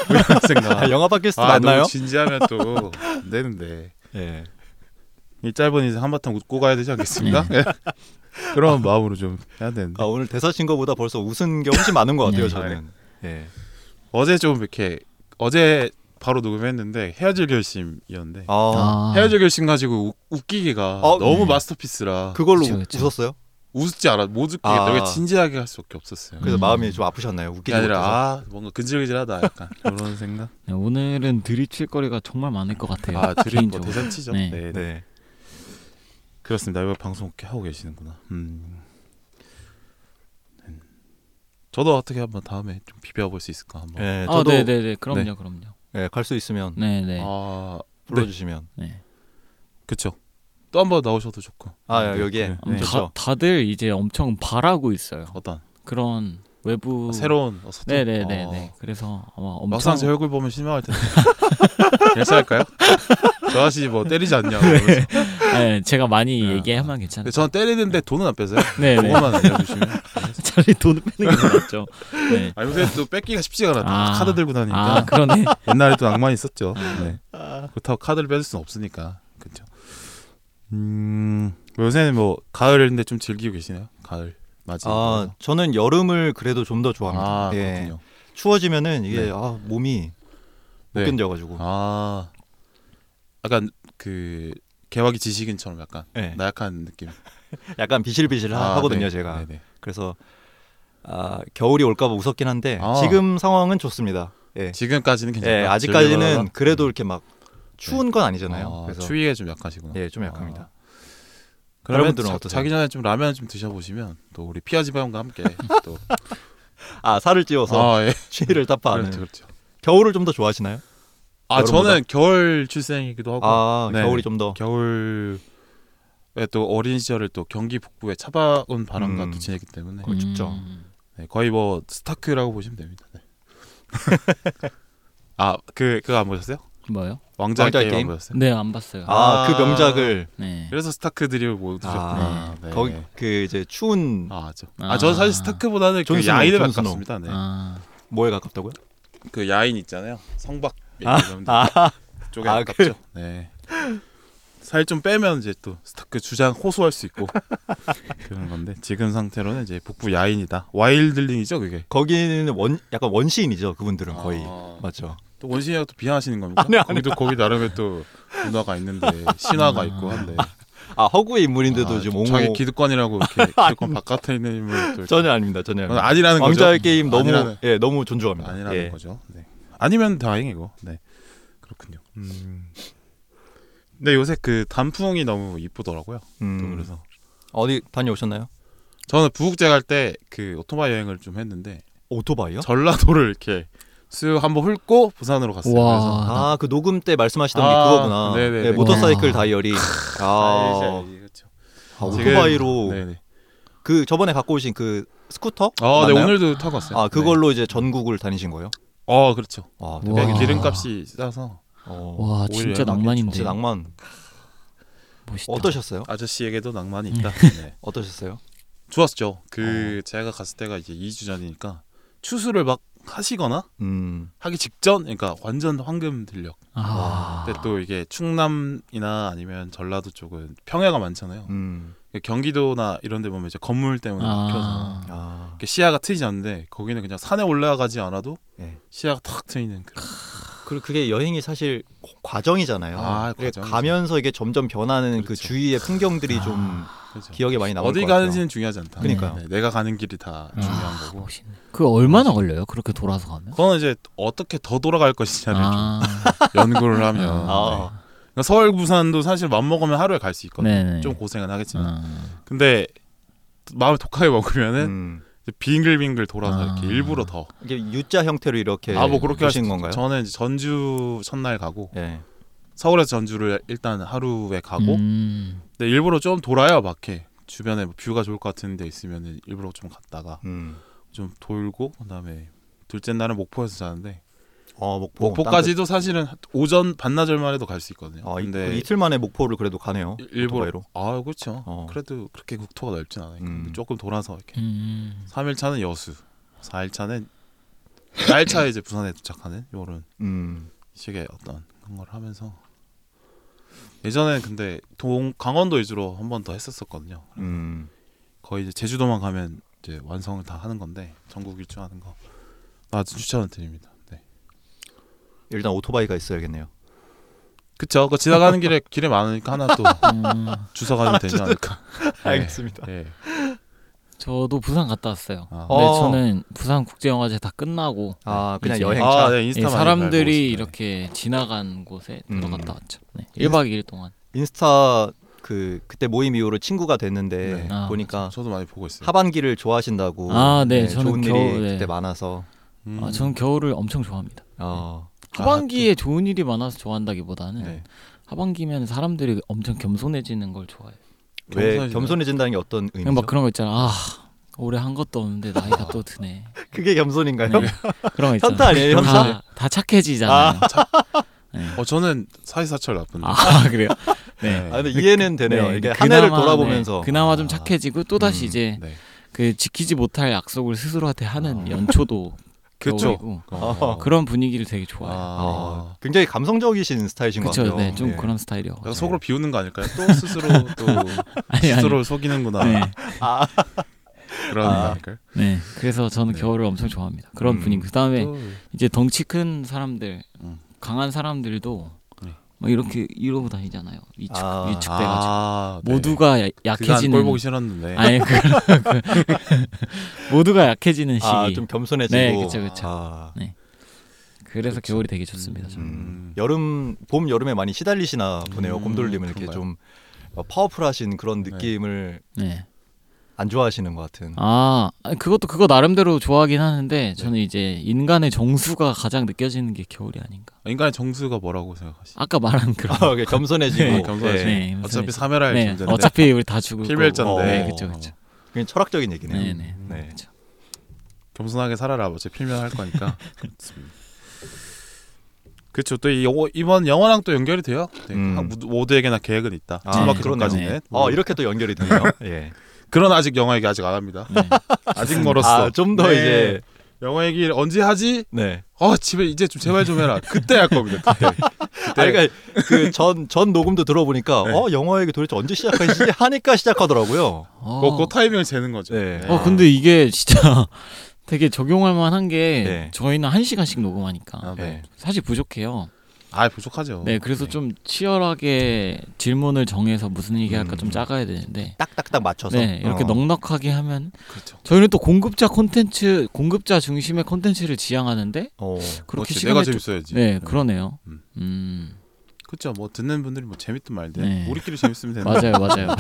Speaker 1: *laughs* 이런 생각.
Speaker 2: 아, 영화 팟캐스트
Speaker 1: 아,
Speaker 2: 맞나요?
Speaker 1: 너무 진지하면 또 안 되는데.
Speaker 2: 예.
Speaker 1: 이 짧은 인생 한바탕 웃고 가야 되지 않겠습니까? 음. 예. *laughs* 어, 그런 마음으로 좀 해야 되는데
Speaker 2: 아, 오늘 대사 친 거보다 벌써 웃은 게 훨씬 많은 것 같아요,
Speaker 3: 네.
Speaker 2: 저는. 예.
Speaker 1: 어제 좀 이렇게 어제 바로 녹음했는데 헤어질 결심이었는데
Speaker 2: 아,
Speaker 3: 아,
Speaker 1: 헤어질 결심 가지고 우- 웃기기가
Speaker 2: 어,
Speaker 1: 너무
Speaker 3: 네.
Speaker 1: 마스터피스라
Speaker 2: 그걸로
Speaker 3: 그쵸, 그쵸.
Speaker 2: 웃었어요?
Speaker 1: 웃지 않아 못 웃기겠다
Speaker 2: 아.
Speaker 1: 되게 진지하게 할 수밖에 없었어요.
Speaker 2: 그래서
Speaker 3: 음.
Speaker 2: 마음이 좀 아프셨나요? 웃기지
Speaker 1: 그게
Speaker 2: 못해서.
Speaker 1: 아니라 아 뭔가 근질근질하다 약간 *laughs* 그런 생각.
Speaker 3: 네, 오늘은 들이칠 거리가 정말 많을 것 같아요.
Speaker 1: 아 드림 뭐
Speaker 3: 개인적으로.
Speaker 1: 대잔치죠.
Speaker 3: 네.
Speaker 1: 네.
Speaker 2: 네.
Speaker 1: 그렇습니다. 이거 방송 이렇게 하고 계시는구나. 음. 음. 저도 어떻게 한번 다음에 좀 비벼볼 수 있을까 한번.
Speaker 2: 예,
Speaker 3: 아,
Speaker 2: 저도
Speaker 3: 네네네. 그럼요, 그럼요.
Speaker 2: 예, 갈 수 있으면
Speaker 3: 네네.
Speaker 1: 아
Speaker 2: 불러 주시면.
Speaker 3: 네.
Speaker 1: 그쵸. 또 한 번 나오셔도 좋고.
Speaker 2: 아,
Speaker 1: 네,
Speaker 2: 여기에.
Speaker 1: 네.
Speaker 3: 아무튼
Speaker 1: 네.
Speaker 2: 그렇죠.
Speaker 3: 다, 다들 이제 엄청 바라고 있어요.
Speaker 1: 어떤
Speaker 3: 그런 외부
Speaker 1: 새로운 어, 소통.
Speaker 3: 음. 네네네네.
Speaker 1: 어.
Speaker 3: 그래서 아마
Speaker 1: 막상
Speaker 3: 엄청
Speaker 1: 제 얼굴 보면 실망할 텐데. *laughs* 괜찮을까요? 저 아저씨 뭐 때리지
Speaker 3: *laughs*
Speaker 1: 않냐고. 그래서.
Speaker 3: 네, 제가 많이
Speaker 1: 네.
Speaker 3: 얘기하면
Speaker 1: 근데
Speaker 3: 괜찮아요.
Speaker 1: 저는 때리는데 돈은 안 빼세요.
Speaker 3: 네네.
Speaker 1: 그것만
Speaker 3: *laughs*
Speaker 1: 알려주시면.
Speaker 3: 차라리 돈을 빼는 게 낫죠. 네.
Speaker 1: 아 요새 또 뺏기가 쉽지가 않아요.
Speaker 3: 아.
Speaker 1: 카드 들고 다니니까.
Speaker 3: 아 그러네.
Speaker 1: 옛날에 또 낭만이 있었죠. 네. 그렇다고 카드를 뺏을 수는 없으니까. 그렇죠. 음, 뭐 요새는 뭐 가을인데 좀 즐기고 계시나요? 가을 맞이.
Speaker 2: 아, 저는 여름을 그래도 좀 더 좋아합니다.
Speaker 1: 아
Speaker 2: 예.
Speaker 1: 그렇군요.
Speaker 2: 추워지면은 이게
Speaker 1: 네.
Speaker 2: 아, 몸이 못
Speaker 1: 네.
Speaker 2: 견뎌 가지고.
Speaker 1: 아, 약간 그 개화기 지식인처럼 약간
Speaker 2: 네.
Speaker 1: 나약한 느낌.
Speaker 2: 약간 비실비실
Speaker 1: 아,
Speaker 2: 하거든요,
Speaker 1: 네.
Speaker 2: 제가.
Speaker 1: 네네.
Speaker 2: 그래서 아, 겨울이 올까봐 무섭긴 한데
Speaker 1: 아.
Speaker 2: 지금 상황은 좋습니다. 예.
Speaker 1: 지금까지는 괜찮아요.
Speaker 2: 예, 아직까지는 그래도 이렇게 막 추운 건 아니잖아요.
Speaker 1: 네. 아,
Speaker 2: 그래서
Speaker 1: 추위에 좀 약하시구나. 아.
Speaker 2: 예, 좀 약합니다.
Speaker 1: 그러면
Speaker 2: 여러분들은
Speaker 1: 자,
Speaker 2: 어떠세요?
Speaker 1: 자기 전에 좀 라면 좀 드셔보시면 또 우리 피아 지방과
Speaker 2: *laughs*
Speaker 1: 함께 또
Speaker 2: 아, 살을 찌워서
Speaker 1: 아, 예.
Speaker 2: 추위를 *laughs* 타파하는. 네.
Speaker 1: 그렇죠, 그렇죠.
Speaker 2: 겨울을 좀 더 좋아하시나요?
Speaker 1: 아
Speaker 2: 여름보다?
Speaker 1: 저는 겨울 출생이기도 하고
Speaker 2: 아,
Speaker 1: 네.
Speaker 2: 겨울이 좀 더.
Speaker 1: 겨울에 또 어린 시절을 또 경기 북부의 차가운 바람과
Speaker 2: 음.
Speaker 1: 또 지냈기 때문에
Speaker 2: 거의 춥죠.
Speaker 3: 음.
Speaker 1: 네, 거의 뭐 스타크라고 보시면 됩니다. 네. *laughs* 아그 그거 안 보셨어요?
Speaker 3: 뭐요?
Speaker 1: 왕자
Speaker 2: 왕좌의
Speaker 1: 게임,
Speaker 2: 게임?
Speaker 1: 안 보셨어요?
Speaker 3: 네 안 봤어요.
Speaker 2: 아,
Speaker 1: 아.
Speaker 2: 그 명작을
Speaker 3: 네.
Speaker 1: 그래서 스타크들이 모두셨구나.
Speaker 2: 아, 거기 그 이제
Speaker 1: 네.
Speaker 2: 추운
Speaker 1: 아, 저.
Speaker 3: 아.
Speaker 1: 아, 저는 사실 스타크보다는
Speaker 2: 존
Speaker 1: 그
Speaker 2: 스노우,
Speaker 1: 야인에
Speaker 2: 존 스노우.
Speaker 1: 가깝습니다. 네.
Speaker 3: 아,
Speaker 2: 뭐에 가깝다고요?
Speaker 1: 그 야인 있잖아요. 성박
Speaker 2: 아,
Speaker 1: 이런
Speaker 2: 아,
Speaker 1: 쪽에
Speaker 2: 아,
Speaker 1: 가깝죠. 네. 살 좀 빼면 이제 또 스타크 주장 호소할 수
Speaker 2: *laughs*
Speaker 1: 있고 그런 건데 지금 상태로는 이제 북부 야인이다. 와일들링이죠, 그게.
Speaker 2: 거기는 원 약간 원시인이죠, 그분들은 거의.
Speaker 1: 아.
Speaker 2: 맞죠.
Speaker 1: 또 원신이라고 또 비하하시는 겁니까?
Speaker 2: 아니요, 음. 아니요.
Speaker 1: 거기도 거기 나름의 또 문화가 있는데 신화가
Speaker 3: 아.
Speaker 1: 있고 한데
Speaker 2: 아, 허구의 인물인데도
Speaker 1: 아,
Speaker 2: 지금
Speaker 1: 좀
Speaker 2: 옹호
Speaker 1: 자기 기득권이라고
Speaker 2: *laughs*
Speaker 1: 이렇게 기득권 바깥에 있는 인물 또 이렇게
Speaker 2: 전혀 아닙니다. 전혀
Speaker 1: 그건
Speaker 2: 아닙니다.
Speaker 1: 아니라는 거죠. 음,
Speaker 2: 왕자의 게임 너무
Speaker 1: 아니라는,
Speaker 2: 예, 너무 존중합니다.
Speaker 1: 아니라는
Speaker 2: 예.
Speaker 1: 거죠. 네. 아니면 다행이고. 네. 그렇군요. 음. 근데 요새 그 단풍이 너무 이쁘더라고요. 또
Speaker 2: 음.
Speaker 1: 그래서
Speaker 2: 어디 다녀오셨나요?
Speaker 1: 저는 부국제 갈 때 그 오토바이 여행을 좀 했는데
Speaker 2: 오토바이요?
Speaker 1: 전라도를 이렇게 수요 한번 훑고 부산으로 갔어요.
Speaker 3: 와.
Speaker 1: 그래서
Speaker 2: 아, 그 녹음 때 말씀하시던 게
Speaker 1: 아,
Speaker 2: 그거구나.
Speaker 1: 네네네.
Speaker 2: 네, 모터사이클
Speaker 3: 와.
Speaker 2: 다이어리.
Speaker 1: 아,
Speaker 2: 아,
Speaker 1: 알지, 알지, 그렇죠.
Speaker 2: 아,
Speaker 1: 지금-
Speaker 2: 오토바이로
Speaker 1: 네네.
Speaker 2: 그 저번에 갖고 오신 그 스쿠터?
Speaker 1: 아, 네
Speaker 2: 맞나요?
Speaker 1: 오늘도 타고 왔어요.
Speaker 2: 아,
Speaker 1: 네.
Speaker 2: 그걸로 이제 전국을 다니신 거예요?
Speaker 1: 어, 그렇죠.
Speaker 2: 와,
Speaker 3: 와.
Speaker 2: 대박이다.
Speaker 1: 거기 기름값이 싸서
Speaker 2: 어,
Speaker 3: 와
Speaker 1: 오히려
Speaker 3: 진짜
Speaker 1: 막
Speaker 3: 낭만인데.
Speaker 2: 진짜 낭만.
Speaker 3: 멋있다.
Speaker 2: 어떠셨어요?
Speaker 1: 아저씨에게도 낭만이 있다.
Speaker 2: 음.
Speaker 1: 네.
Speaker 2: 어떠셨어요?
Speaker 1: 좋았죠. 그
Speaker 2: 어.
Speaker 1: 제가 갔을 때가 이제 2주 전이니까 추수를 막 하시거나
Speaker 2: 음.
Speaker 1: 하기 직전, 그러니까 완전 황금 들녘.
Speaker 3: 아,
Speaker 1: 근데 또 이게 충남이나 아니면 전라도 쪽은 평야가 많잖아요.
Speaker 2: 음.
Speaker 1: 경기도나 이런 데 보면 이제 건물 때문에 막혀서
Speaker 3: 아,
Speaker 2: 아.
Speaker 1: 이렇게 시야가 트이지 않는데 거기는 그냥 산에 올라가지 않아도
Speaker 2: 예.
Speaker 1: 시야가 탁 트이는 그런,
Speaker 2: 그리고 그게 여행이 사실 고- 과정이잖아요.
Speaker 1: 아,
Speaker 2: 그게
Speaker 1: 과정이죠.
Speaker 2: 가면서 이게 점점 변하는 그
Speaker 1: 그렇죠.
Speaker 2: 주위의 풍경들이 좀
Speaker 1: 그렇죠.
Speaker 2: 기억에 많이 남을
Speaker 1: 어디
Speaker 2: 것 같아요.
Speaker 1: 가는지는 중요하지 않다.
Speaker 2: 그러니까요.
Speaker 1: 네, 내가 가는 길이 다
Speaker 3: 아,
Speaker 1: 중요한 거고.
Speaker 3: 멋있네. 그 얼마나 걸려요? 그렇게 돌아서 가면?
Speaker 1: 그거는 이제 어떻게 더 돌아갈 것이냐를
Speaker 3: 아,
Speaker 1: 좀 연구를 하면 네.
Speaker 2: 아,
Speaker 1: 그러니까 서울 부산도 사실 맘 먹으면 하루에 갈 수 있거든요.
Speaker 3: 네네.
Speaker 1: 좀 고생은 하겠지만.
Speaker 3: 아,
Speaker 1: 근데 마음을 독하게 먹으면은
Speaker 2: 음.
Speaker 1: 이제 빙글빙글 돌아서
Speaker 3: 아.
Speaker 1: 이렇게 일부러 더.
Speaker 2: 이게 U자 형태로 이렇게
Speaker 1: 아 뭐 그렇게
Speaker 2: 보신
Speaker 1: 하신
Speaker 2: 예, 건가요?
Speaker 1: 저는 이제 전주 첫날 가고
Speaker 2: 예.
Speaker 1: 서울에서 전주를 일단 하루에 아, 가고
Speaker 3: 음,
Speaker 1: 근데 일부러 좀 돌아요 막 해. 주변에 뭐 뷰가 좋을 것 같은 데 있으면 일부러 좀 갔다가
Speaker 2: 음.
Speaker 1: 좀 돌고 그다음에 둘째 날은 목포에서 자는데
Speaker 2: 어, 목포.
Speaker 1: 목포까지도 사실은 오전 반나절만 해도 갈 수 있거든요.
Speaker 2: 어, 이,
Speaker 1: 근데
Speaker 2: 이틀 만에 목포를 그래도 가네요.
Speaker 1: 네. 일- 일부러
Speaker 2: 오토바이로.
Speaker 1: 아 그렇죠.
Speaker 2: 어.
Speaker 1: 그래도 그렇게 국토가 넓진 않아요.
Speaker 2: 음.
Speaker 1: 근데 조금 돌아서 이렇게
Speaker 3: 음.
Speaker 1: 삼 3일차는 여수, 4일차는 4일차에 이제 부산에 도착하는 요런
Speaker 2: 음.
Speaker 1: 식의 어떤 그런 걸 하면서 예전에 근데 동 강원도 위주로 한 번 더 했었었거든요.
Speaker 2: 음.
Speaker 1: 거의 이제 제주도만 가면 이제 완성을 다 하는 건데 전국 일주하는 거 아주 추천을 드립니다. 네.
Speaker 2: 일단 오토바이가 있어야겠네요.
Speaker 1: 그쵸. 그 지나가는 길에 길에 많으니까 하나 또
Speaker 3: 음.
Speaker 1: 주워가면 되지 않을까. 네.
Speaker 2: 알겠습니다.
Speaker 1: 예.
Speaker 3: 저도 부산 갔다 왔어요.
Speaker 1: 아.
Speaker 3: 근데
Speaker 2: 어.
Speaker 3: 저는 부산 국제영화제 다 끝나고
Speaker 2: 아, 그냥
Speaker 3: 이제-
Speaker 2: 여행차.
Speaker 1: 아, 네, 인스타
Speaker 3: 예,
Speaker 1: 많이
Speaker 3: 사람들이
Speaker 1: 밟고 있어요.
Speaker 3: 이렇게 지나간 곳에
Speaker 2: 음.
Speaker 3: 들어갔다 왔죠. 네. 1박 2일 동안.
Speaker 2: 인스타 그 그때 모임 이후로 친구가 됐는데
Speaker 1: 네.
Speaker 3: 아,
Speaker 2: 보니까
Speaker 1: 저도 많이 보고 있어요.
Speaker 2: 하반기를 좋아하신다고.
Speaker 3: 아, 네,
Speaker 2: 좋은
Speaker 3: 저는
Speaker 2: 일이
Speaker 3: 겨우- 네.
Speaker 2: 그때 많아서.
Speaker 1: 음.
Speaker 3: 아, 저는 겨울을 엄청 좋아합니다.
Speaker 2: 어.
Speaker 3: 하반기에 좋은 일이 많아서 좋아한다기보다는
Speaker 1: 네.
Speaker 3: 하반기면 사람들이 엄청 겸손해지는 걸 좋아해요.
Speaker 2: 음. 왜
Speaker 1: 네. 겸손해지나요?
Speaker 2: 겸손해진다는 게 어떤 의미죠?
Speaker 3: 그냥 막 그런 거 있잖아. 아, 올해 한 것도 없는데 나이가 또 드네.
Speaker 2: *laughs* 그게 겸손인가요?
Speaker 3: 네. 그런 거 있잖아.
Speaker 2: *laughs* 현타 아니에요,
Speaker 3: 그럼
Speaker 2: 현타?
Speaker 3: 다, 다 착해지잖아요. *laughs* 네.
Speaker 1: 어 저는 사이사철 나쁜데.
Speaker 3: 아, *laughs* 그래요? 네.
Speaker 2: 아, 근데 이해는 되네요.
Speaker 3: 네,
Speaker 2: 이게
Speaker 3: 근데
Speaker 2: 한 해를
Speaker 3: 그나마,
Speaker 2: 돌아보면서
Speaker 3: 네, 그나마
Speaker 2: 아,
Speaker 3: 좀 착해지고 또 다시
Speaker 2: 음,
Speaker 3: 이제
Speaker 1: 네.
Speaker 3: 그 지키지 못할 약속을 스스로한테 하는 연초도
Speaker 1: 그쵸.
Speaker 3: 겨울이고
Speaker 2: 아. 어.
Speaker 3: 그런 분위기를 되게 좋아해요.
Speaker 1: 아.
Speaker 2: 어, 굉장히 감성적이신 스타일이신 것
Speaker 3: 그렇죠,
Speaker 2: 같아요.
Speaker 3: 네, 좀
Speaker 2: 예.
Speaker 3: 그런 스타일이요.
Speaker 1: 약간 속으로 비우는 거 아닐까요? 또
Speaker 3: *laughs*
Speaker 1: 스스로 또
Speaker 3: 아니 아니,
Speaker 1: 어, 스스로 속이는구나
Speaker 3: 네,
Speaker 2: 아,
Speaker 1: 그런
Speaker 2: 아.
Speaker 1: 거 아닐까요?
Speaker 3: 네. 그래서 저는
Speaker 1: 네.
Speaker 3: 겨울을 엄청 좋아합니다. 그런
Speaker 2: 음,
Speaker 3: 분위기. 그다음에
Speaker 1: 또
Speaker 3: 이제 덩치 큰 사람들,
Speaker 1: 음.
Speaker 3: 강한 사람들도
Speaker 1: 네.
Speaker 3: 막 이렇게 이러고 다니잖아요. 위축,
Speaker 2: 아.
Speaker 3: 위축돼가지고
Speaker 1: 아, 네.
Speaker 3: 모두가 야-
Speaker 1: 그간 꼴
Speaker 3: 약해지는.
Speaker 1: 보기 싫었는데.
Speaker 3: 아니 그 *laughs* 모두가 약해지는 시기.
Speaker 2: 아, 좀 겸손해지고.
Speaker 3: 네, 그쵸, 그쵸.
Speaker 2: 아,
Speaker 3: 그래서 겨울이 되게 좋습니다. 저는.
Speaker 2: 음. 여름 봄 여름에 많이 시달리시나 보네요.
Speaker 1: 음,
Speaker 2: 곰돌님은 이렇게
Speaker 1: 그런가요?
Speaker 2: 좀 어, 파워풀하신 그런 느낌을
Speaker 3: 네.
Speaker 2: 안 좋아하시는 것 같은.
Speaker 3: 아, 아니, 그것도 그거 나름대로 좋아하긴 하는데 저는 이제 인간의 정수가 가장 느껴지는 게 겨울이 아닌가.
Speaker 1: 인간의 정수가 뭐라고 생각하시죠?
Speaker 3: 아까 말한 그런.
Speaker 2: *laughs* 아, 이게 겸손해지고
Speaker 1: 네, 겸손해지고.
Speaker 2: 예.
Speaker 3: 네, 무슨
Speaker 1: 어차피
Speaker 3: 이제-
Speaker 1: 사멸할
Speaker 3: 네,
Speaker 1: 존재인데.
Speaker 3: 어차피 우리
Speaker 1: *laughs*
Speaker 3: 다 죽을
Speaker 1: 필멸자인데.
Speaker 3: 거고. 네, 그렇죠, 그렇죠.
Speaker 2: 그냥 철학적인 얘기네요.
Speaker 3: 네, 네.
Speaker 2: 네.
Speaker 3: 그쵸.
Speaker 1: 겸손하게 살아라. 어차피 필면할
Speaker 3: *laughs*
Speaker 1: 거니까. 그렇죠. 또 이, 영어- 이번 영화랑 또 연결이 돼요. 네,
Speaker 2: 음.
Speaker 1: 하- 모두- 모두에게나 계획은 있다.
Speaker 2: 아,
Speaker 1: 마지막
Speaker 3: 네,
Speaker 1: 그런까지는.
Speaker 2: 어, 이렇게 또 연결이 되네요. 예.
Speaker 1: 뭐 그런 아직 영화 얘기 아직 안 합니다.
Speaker 3: 네.
Speaker 1: *laughs* 아직 멀었어.
Speaker 2: 아, 좀 더
Speaker 1: 네.
Speaker 2: 이제
Speaker 1: 영화 얘기를 언제 하지?
Speaker 2: 네.
Speaker 1: 어 집에 이제 좀 제발 좀 해라. 그때 할 겁니다.
Speaker 3: *laughs*
Speaker 1: 그때. 그때.
Speaker 2: 아니, 그러니까 그전 전 녹음도 들어보니까
Speaker 1: 네.
Speaker 2: 어 영화 얘기 도대체 언제 시작하시지 하니까 시작하더라고요.
Speaker 3: 어,
Speaker 1: 그, 그 타이밍을 재는 거죠.
Speaker 2: 네.
Speaker 1: 네.
Speaker 3: 어, 근데 이게 진짜 *laughs* 되게 적용할 만한 게
Speaker 2: 네.
Speaker 3: 저희는 한 시간씩 녹음하니까
Speaker 1: 아, 네.
Speaker 2: 네.
Speaker 3: 사실 부족해요.
Speaker 1: 아 부족하죠.
Speaker 3: 네, 그래서
Speaker 1: 네.
Speaker 3: 좀 치열하게 질문을 정해서 무슨 얘기할까 좀
Speaker 2: 음.
Speaker 3: 짜가야 되는데.
Speaker 2: 딱딱딱 맞춰서.
Speaker 3: 네, 이렇게
Speaker 2: 어.
Speaker 3: 넉넉하게 하면
Speaker 1: 그렇죠.
Speaker 3: 저희는 또 공급자 콘텐츠 공급자 중심의 콘텐츠를 지향하는데
Speaker 2: 어.
Speaker 3: 그렇게
Speaker 1: 그렇지,
Speaker 3: 시간을
Speaker 1: 내가
Speaker 3: 좀-
Speaker 1: 재밌어야지.
Speaker 3: 네 그러네요
Speaker 1: 음.
Speaker 3: 음
Speaker 1: 그렇죠. 뭐 듣는 분들이 뭐 재밌든 말든
Speaker 3: 네.
Speaker 1: 우리끼리 재밌으면 되는
Speaker 3: 맞아요
Speaker 1: *laughs*
Speaker 3: 맞아요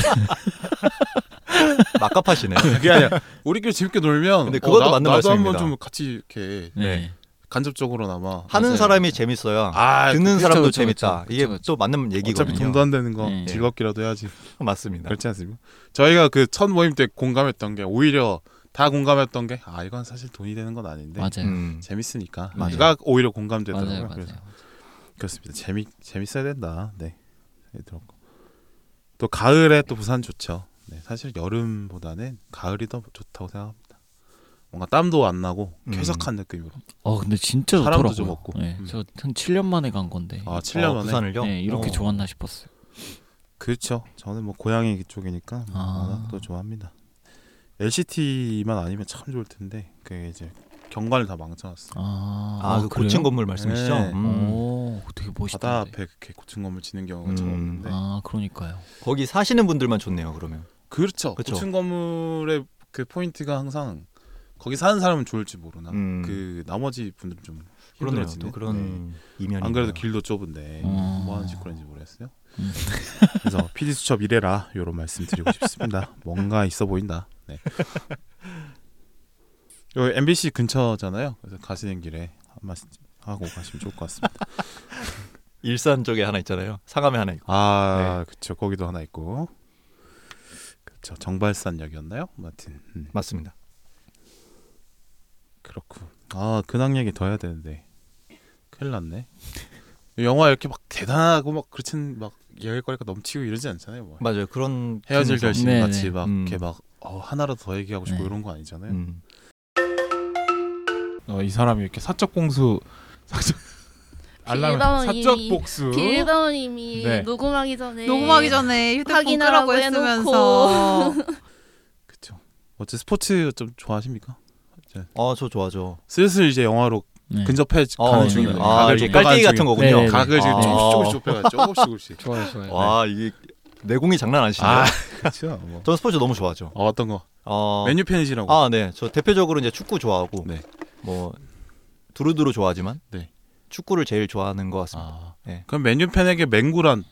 Speaker 2: 막갑하시네.
Speaker 1: 그게 아니야. 우리끼리 재밌게 놀면 어,
Speaker 2: 근데 그것도
Speaker 1: 나,
Speaker 2: 맞는
Speaker 1: 나도 한번
Speaker 2: 말씀입니다.
Speaker 1: 좀 같이 이렇게
Speaker 3: 네
Speaker 1: 간접적으로나마
Speaker 2: 하는
Speaker 3: 맞아요.
Speaker 2: 사람이 재밌어야
Speaker 1: 아
Speaker 2: 듣는
Speaker 3: 그쵸,
Speaker 2: 사람도
Speaker 3: 그쵸,
Speaker 2: 재밌다.
Speaker 3: 그쵸,
Speaker 2: 이게
Speaker 3: 그쵸,
Speaker 2: 또 맞는 얘기거든요. 네.
Speaker 1: 어차피 돈도 안 되는 거
Speaker 3: 네.
Speaker 1: 즐겁기라도 해야지.
Speaker 2: 맞습니다.
Speaker 1: 그렇지 않습니까? 저희가 그 첫 모임 때 공감했던 게 오히려 다 공감했던 게 아 이건 사실 돈이 되는 건 아닌데
Speaker 3: 네, 맞아요
Speaker 2: 음.
Speaker 1: 재밌으니까
Speaker 3: 맞아요.
Speaker 1: 가 오히려 공감되더라고요.
Speaker 3: 맞아요
Speaker 1: 그래서
Speaker 3: 맞아요
Speaker 1: 그렇습니다. 재미 재밌어야 된다. 네. 네, 들었고 또 가을에 또 부산 좋죠. 네, 사실 여름보다는 가을이 더 좋다고 생각합니다. 뭔가 땀도 안 나고
Speaker 2: 음.
Speaker 1: 쾌적한 느낌으로.
Speaker 3: 어 근데 진짜
Speaker 1: 사람도
Speaker 3: 좋더라고요
Speaker 1: 좀 없고. 음.
Speaker 3: 네저한 7년 만에 간 건데
Speaker 1: 아, 7년
Speaker 2: 어,
Speaker 1: 만에.
Speaker 2: 부산을요?
Speaker 3: 네 이렇게
Speaker 2: 어.
Speaker 3: 좋았나 싶었어요
Speaker 1: 그렇죠. 저는 뭐 고양이 쪽이니까 뭐
Speaker 3: 아.
Speaker 1: 워낙 또 좋아합니다. LCT만 아니면 참 좋을 텐데 그게 이제 경관을 다 망쳐놨어.
Speaker 3: 아,
Speaker 2: 아, 그
Speaker 3: 그래요? 어.
Speaker 2: 고층 건물 말씀이시죠?
Speaker 1: 네.
Speaker 2: 음.
Speaker 3: 오, 되게 멋있다.
Speaker 1: 바다 앞에 그렇게 고층 건물 짓는 경우가 참
Speaker 2: 음.
Speaker 1: 없는데.
Speaker 3: 아, 그러니까요.
Speaker 2: 거기 사시는 분들만 좋네요. 그러면
Speaker 1: 그렇죠.
Speaker 2: 그쵸.
Speaker 1: 고층 건물의 그 포인트가 항상 거기 사는 사람은 좋을지 모르나
Speaker 2: 음.
Speaker 1: 그 나머지 분들은 좀
Speaker 2: 그러네요.
Speaker 1: 힘들어지네.
Speaker 2: 또 그런 이면이
Speaker 1: 안 그래도 길도 좁은데
Speaker 3: 음.
Speaker 1: 뭐 하는 짓거리인지 모르겠어요.
Speaker 3: 음.
Speaker 1: 그래서 PD 수첩 이래라 이런 말씀 드리고 싶습니다. 뭔가 있어 보인다. 네. 여기 MBC 근처잖아요. 그래서 가시는 길에 한 말씀 하고 가시면 좋을 것 같습니다.
Speaker 2: 일산 쪽에 하나 있잖아요. 상암에 하나 있고.
Speaker 1: 아 그렇죠. 거기도 하나 있고 그렇죠. 정발산역이었나요, 마틴? 음.
Speaker 2: 맞습니다.
Speaker 1: 그렇고 아 근황 얘기 더 해야 되는데 큰일 났네 영화 이렇게 막 대단하고 막 그렇진 막 얘기거리가 넘치고 이러지 않잖아요 뭐
Speaker 2: 맞아요. 그런
Speaker 1: 헤어질
Speaker 2: 팀에서.
Speaker 1: 결심
Speaker 3: 네,
Speaker 1: 같이
Speaker 3: 네.
Speaker 1: 막
Speaker 2: 음.
Speaker 1: 이렇게 막 어, 하나라도 더 얘기하고 싶고
Speaker 3: 네.
Speaker 1: 이런 거 아니잖아요
Speaker 2: 음.
Speaker 4: 어, 이 사람이 이렇게 사적 공수 사적 알람
Speaker 5: 빌더니,
Speaker 4: 사적 복수
Speaker 5: 빌더님이
Speaker 4: 네.
Speaker 5: 녹음하기 전에
Speaker 6: 녹음하기 전에 휴대폰
Speaker 5: 네. 확인하라고
Speaker 6: 끄라고
Speaker 5: 해놓고.
Speaker 6: 했으면서
Speaker 1: 그쵸 어째 스포츠 좀 좋아하십니까
Speaker 2: 아, 저 좋아하죠.
Speaker 1: 슬슬 이제 영화로
Speaker 3: 네.
Speaker 1: 근접해 가는
Speaker 3: 네.
Speaker 1: 중이에요
Speaker 3: 네.
Speaker 2: 아,
Speaker 1: 각을
Speaker 2: 이게
Speaker 1: 좁혀가는
Speaker 2: 깔때기 같은
Speaker 1: 중이에요.
Speaker 2: 거군요.
Speaker 3: 네, 네.
Speaker 1: 각을 지금
Speaker 2: 아.
Speaker 1: 조금씩 좁혀가 조금씩 조금씩
Speaker 3: 좋아요, 좋아요.
Speaker 2: 와, 이게 내공이 장난
Speaker 1: *laughs*
Speaker 2: 아니시네요.
Speaker 1: 아 그쵸 뭐
Speaker 2: 전 스포츠 너무 좋아하죠.
Speaker 1: 어, 어떤 거
Speaker 2: 어,
Speaker 1: 메뉴 팬이시라고
Speaker 2: 아, 네. 저 대표적으로 이제 축구 좋아하고
Speaker 1: 네.
Speaker 2: 뭐 두루두루 좋아하지만
Speaker 1: 네.
Speaker 2: 축구를 제일 좋아하는 것 같습니다.
Speaker 1: 아.
Speaker 2: 네.
Speaker 1: 그럼 메뉴 팬에게 맹구란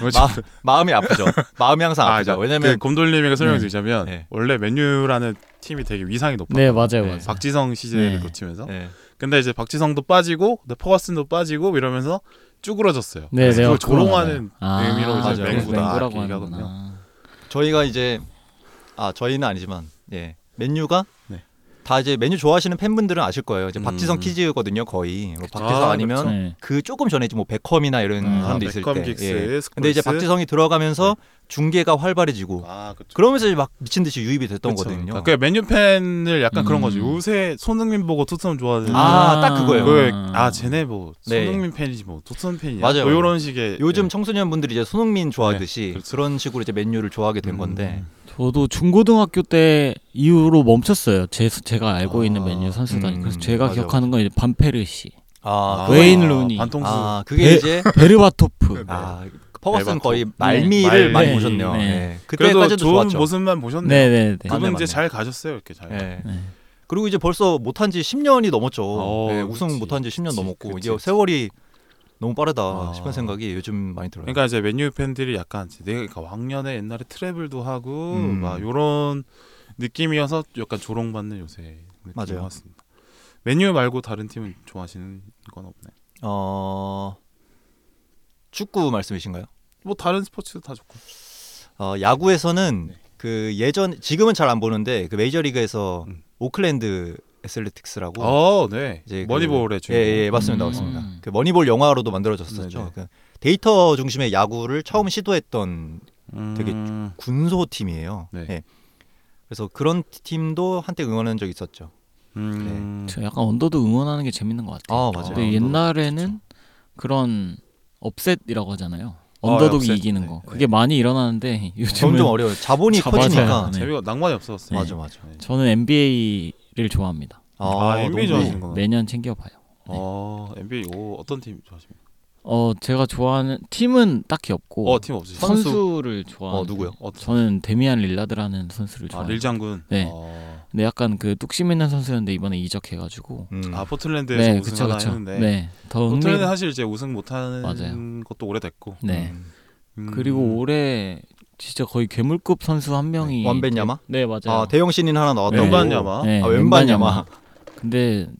Speaker 1: 뭐지?
Speaker 2: 마, 마음이 아프죠. 마음이 항상 아프죠.
Speaker 1: 자,
Speaker 2: 왜냐면
Speaker 1: 그 곰돌님에게
Speaker 2: 네.
Speaker 1: 설명드리자면
Speaker 2: 네.
Speaker 1: 원래 맨유라는 팀이 되게 위상이 높아.
Speaker 3: 네, 맞아요, 맞아요.
Speaker 1: 박지성 시절을
Speaker 3: 네.
Speaker 1: 거치면서.
Speaker 2: 네.
Speaker 1: 근데 이제 박지성도 빠지고, 근데 포가슨도 빠지고 이러면서 쭈그러졌어요.
Speaker 3: 네,
Speaker 1: 그래서
Speaker 3: 네,
Speaker 1: 그걸
Speaker 3: 어,
Speaker 1: 조롱하는
Speaker 3: 아,
Speaker 1: 의미로 이제
Speaker 2: 맞아요.
Speaker 1: 맹구다
Speaker 3: 맹구라고
Speaker 1: 이렇게 얘기하거든요.
Speaker 3: 하는구나.
Speaker 2: 저희가 이제 아 저희는 아니지만 예 맨유가
Speaker 1: 네.
Speaker 2: 다 이제 맨유 좋아하시는 팬분들은 아실 거예요. 이제
Speaker 1: 음.
Speaker 2: 박지성 키즈거든요 거의. 뭐
Speaker 1: 아,
Speaker 2: 박지성
Speaker 1: 그렇죠.
Speaker 2: 아, 니면그
Speaker 3: 네.
Speaker 2: 조금 전에 이제 뭐 베컴이나 이런
Speaker 3: 음.
Speaker 2: 사람도
Speaker 1: 아,
Speaker 2: 있을
Speaker 1: 베컴
Speaker 2: 때.
Speaker 1: 긱스,
Speaker 2: 예.
Speaker 1: 스콜스. 네.
Speaker 2: 근데 이제 박지성이 들어가면서 중계가 활발해지고
Speaker 1: 아, 그렇죠.
Speaker 2: 그러면서 이제 막 미친 듯이 유입이 됐던
Speaker 1: 그쵸.
Speaker 2: 거거든요.
Speaker 1: 그러니까 맨유 팬을 약간 그런
Speaker 3: 음.
Speaker 1: 거죠. 요새 손흥민 보고 토트넘 좋아하는.
Speaker 2: 아, 딱 그거예요.
Speaker 1: 그, 아, 쟤네 뭐
Speaker 2: 네.
Speaker 1: 손흥민 팬이지 뭐 토트넘 팬이야.
Speaker 2: 맞아요.
Speaker 1: 뭐 이런 식의
Speaker 2: 요즘
Speaker 1: 예.
Speaker 2: 청소년분들이 이제 손흥민 좋아하듯이
Speaker 1: 그렇죠.
Speaker 2: 그런 식으로 이제 맨유를 좋아하게 된
Speaker 1: 음.
Speaker 2: 건데
Speaker 3: 저도 중고등학교 때 이후로 멈췄어요. 제 제가 알고
Speaker 1: 아,
Speaker 3: 있는 맨유 선수단이.
Speaker 2: 음,
Speaker 3: 그래서 제가
Speaker 2: 맞아,
Speaker 3: 기억하는 건 이제 반페르 씨,
Speaker 2: 아,
Speaker 3: 그 웨인
Speaker 1: 아,
Speaker 3: 루니.
Speaker 1: 반통수.
Speaker 2: 아 그게
Speaker 3: 네.
Speaker 2: 이제
Speaker 1: 네,
Speaker 3: 베르바토프.
Speaker 2: 아 퍼거슨
Speaker 1: 멜바토.
Speaker 2: 거의
Speaker 1: 네,
Speaker 2: 말미를 많이
Speaker 1: 말미.
Speaker 2: 보셨네요.
Speaker 3: 네.
Speaker 2: 예.
Speaker 1: 그래도
Speaker 2: 그때까지도
Speaker 1: 좋은
Speaker 2: 좋았죠.
Speaker 1: 모습만 보셨네요.
Speaker 3: 네, 네, 네.
Speaker 1: 그분
Speaker 2: 맞네,
Speaker 1: 이제
Speaker 2: 맞네.
Speaker 1: 잘 가셨어요 이렇게 잘.
Speaker 2: 예.
Speaker 3: 네.
Speaker 2: 그리고 이제 벌써 못한 지 10년이 넘었죠.
Speaker 1: 어,
Speaker 2: 예, 우승
Speaker 1: 그치,
Speaker 2: 못한 지 10년
Speaker 1: 그치,
Speaker 2: 넘었고
Speaker 1: 그치,
Speaker 2: 이제
Speaker 1: 그치.
Speaker 2: 세월이 너무 빠르다
Speaker 1: 아.
Speaker 2: 싶은 생각이 요즘 많이 들어요.
Speaker 1: 그러니까 이제 맨유 팬들이 약간 이제 내가 그러니까 왕년에 옛날에 트래블도 하고
Speaker 2: 음.
Speaker 1: 막 요런 느낌이어서 약간 조롱받는 요새 느낌인
Speaker 2: 맞아요.
Speaker 1: 것 같습니다. 맨유 말고 다른 팀은 좋아하시는 건 없나요?
Speaker 2: 어 축구 말씀이신가요?
Speaker 1: 뭐 다른 스포츠도 다 좋고.
Speaker 2: 어, 야구에서는
Speaker 1: 네.
Speaker 2: 그 예전 지금은 잘 안 보는데 그 메이저리그에서
Speaker 1: 음.
Speaker 2: 오클랜드 애슬레틱스라고
Speaker 1: 어, 네.
Speaker 2: 이제 그-
Speaker 1: 머니볼의
Speaker 2: 예,
Speaker 1: 주인.
Speaker 2: 예, 맞습니다,
Speaker 3: 음.
Speaker 2: 맞습니다. 그 머니볼 영화로도 만들어졌었죠. 그 데이터 중심의 야구를 처음 시도했던
Speaker 1: 음,
Speaker 2: 되게 군소 팀이에요.
Speaker 1: 네.
Speaker 2: 예. 그래서 그런 팀도 한때 응원한 적이 있었죠.
Speaker 1: 음,
Speaker 3: 저 약간 언더도 응원하는 게 재밌는 것 같아요.
Speaker 2: 아
Speaker 1: 맞아요.
Speaker 3: 어, 근데
Speaker 1: 언더독
Speaker 3: 옛날에는 그런 업셋이라고 하잖아요.
Speaker 1: 어,
Speaker 3: 언더독이
Speaker 1: 업셋.
Speaker 3: 이기는
Speaker 1: 네,
Speaker 3: 거.
Speaker 1: 네.
Speaker 3: 그게 많이 일어나는데 *laughs* 요즘은
Speaker 2: 점점 어려워요. 자본이
Speaker 3: 자,
Speaker 2: 커지니까.
Speaker 3: 맞아요. 네.
Speaker 1: 재미가 낭만이 없어졌어요.
Speaker 2: 맞아, 맞아.
Speaker 1: 네.
Speaker 3: 저는 NBA를 좋아합니다.
Speaker 1: 아, NBA
Speaker 2: 너무-
Speaker 1: 좋아하시는 거구나.
Speaker 3: 매년 챙겨 봐요. 네.
Speaker 1: 어, NBA 오, 어떤 팀 좋아하십니까?
Speaker 3: 어, 제가 좋아하는 팀은 딱히 없고
Speaker 1: 어, 팀 없으시죠?
Speaker 2: 선수?
Speaker 3: 선수를 좋아하는
Speaker 2: 어, 누구요?
Speaker 1: 어,
Speaker 3: 저는 데미안 릴라드라는
Speaker 1: 아,
Speaker 3: 선수를 좋아해요.
Speaker 1: 릴 장군.
Speaker 3: 네.
Speaker 1: 어,
Speaker 3: 근데 약간 그 뚝심 있는 선수였는데 이번에 이적해가지고
Speaker 2: 음.
Speaker 1: 아, 포틀랜드에서
Speaker 3: 네,
Speaker 1: 우승
Speaker 3: 그쵸
Speaker 1: 하나
Speaker 3: 그쵸.
Speaker 1: 했는데.
Speaker 3: 네, 더 흥미.
Speaker 1: 포틀랜드 뭐 사실 이제 우승 못하는
Speaker 3: 맞아요.
Speaker 1: 것도 오래됐고.
Speaker 3: 네.
Speaker 2: 음.
Speaker 1: 음.
Speaker 3: 그리고 올해 진짜 거의 괴물급 선수 한 명이
Speaker 2: 완벤야마?
Speaker 3: 네 맞아요.
Speaker 2: 아, 대형 신인 하나 나왔다고.
Speaker 1: 왼반야마.
Speaker 3: 네,
Speaker 2: 아, 왼반야마.
Speaker 3: 근데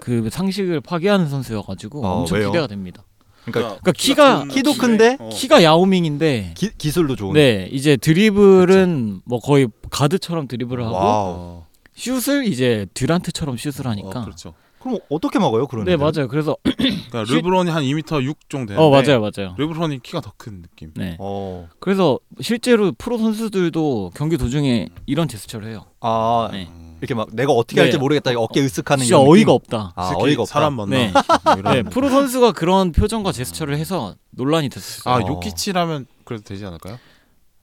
Speaker 3: 그 상식을 파괴하는 선수여가지고
Speaker 2: 아,
Speaker 3: 엄청
Speaker 2: 왜요?
Speaker 3: 기대가 됩니다.
Speaker 2: 그러니까
Speaker 3: 그러니까 키가-
Speaker 1: 큰-
Speaker 2: 키도 큰데
Speaker 1: 어.
Speaker 3: 키가 야오밍인데
Speaker 2: 기, 기술도 좋은.
Speaker 3: 네 이제 드리블은 뭐 거의 가드처럼 드리블을 하고
Speaker 2: 와우.
Speaker 1: 어,
Speaker 3: 슛을 이제 듀란트처럼 슛을 하니까.
Speaker 1: 어, 그렇죠.
Speaker 2: 그럼 어떻게 막아요, 그런
Speaker 3: 네
Speaker 2: 애들?
Speaker 3: 맞아요. 그래서
Speaker 1: 그러니까
Speaker 3: 실-
Speaker 1: 르브론이 한 2m 6 정도 되는데
Speaker 3: 어 맞아요 맞아요.
Speaker 1: 네. 르브론이 키가 더 큰 느낌.
Speaker 3: 네.
Speaker 2: 네, 어.
Speaker 3: 그래서 실제로 프로 선수들도 경기 도중에 이런 제스처를 해요.
Speaker 2: 아,
Speaker 3: 네.
Speaker 1: 음.
Speaker 2: 이렇게 막 내가 어떻게
Speaker 3: 네.
Speaker 2: 할지 모르겠다. 어깨 으쓱하는
Speaker 3: 진짜
Speaker 2: 이런
Speaker 3: 어이가
Speaker 2: 느낌?
Speaker 3: 없다.
Speaker 2: 아,
Speaker 1: 특히
Speaker 2: 어이가 없다.
Speaker 1: 사람 만나.
Speaker 3: 네.
Speaker 1: 뭐 이런
Speaker 3: 네,
Speaker 1: 거.
Speaker 3: 프로 선수가 그런 표정과 제스처를 해서 논란이 됐었어요.
Speaker 1: 아,
Speaker 2: 어.
Speaker 1: 요키치라면 그래도 되지 않을까요?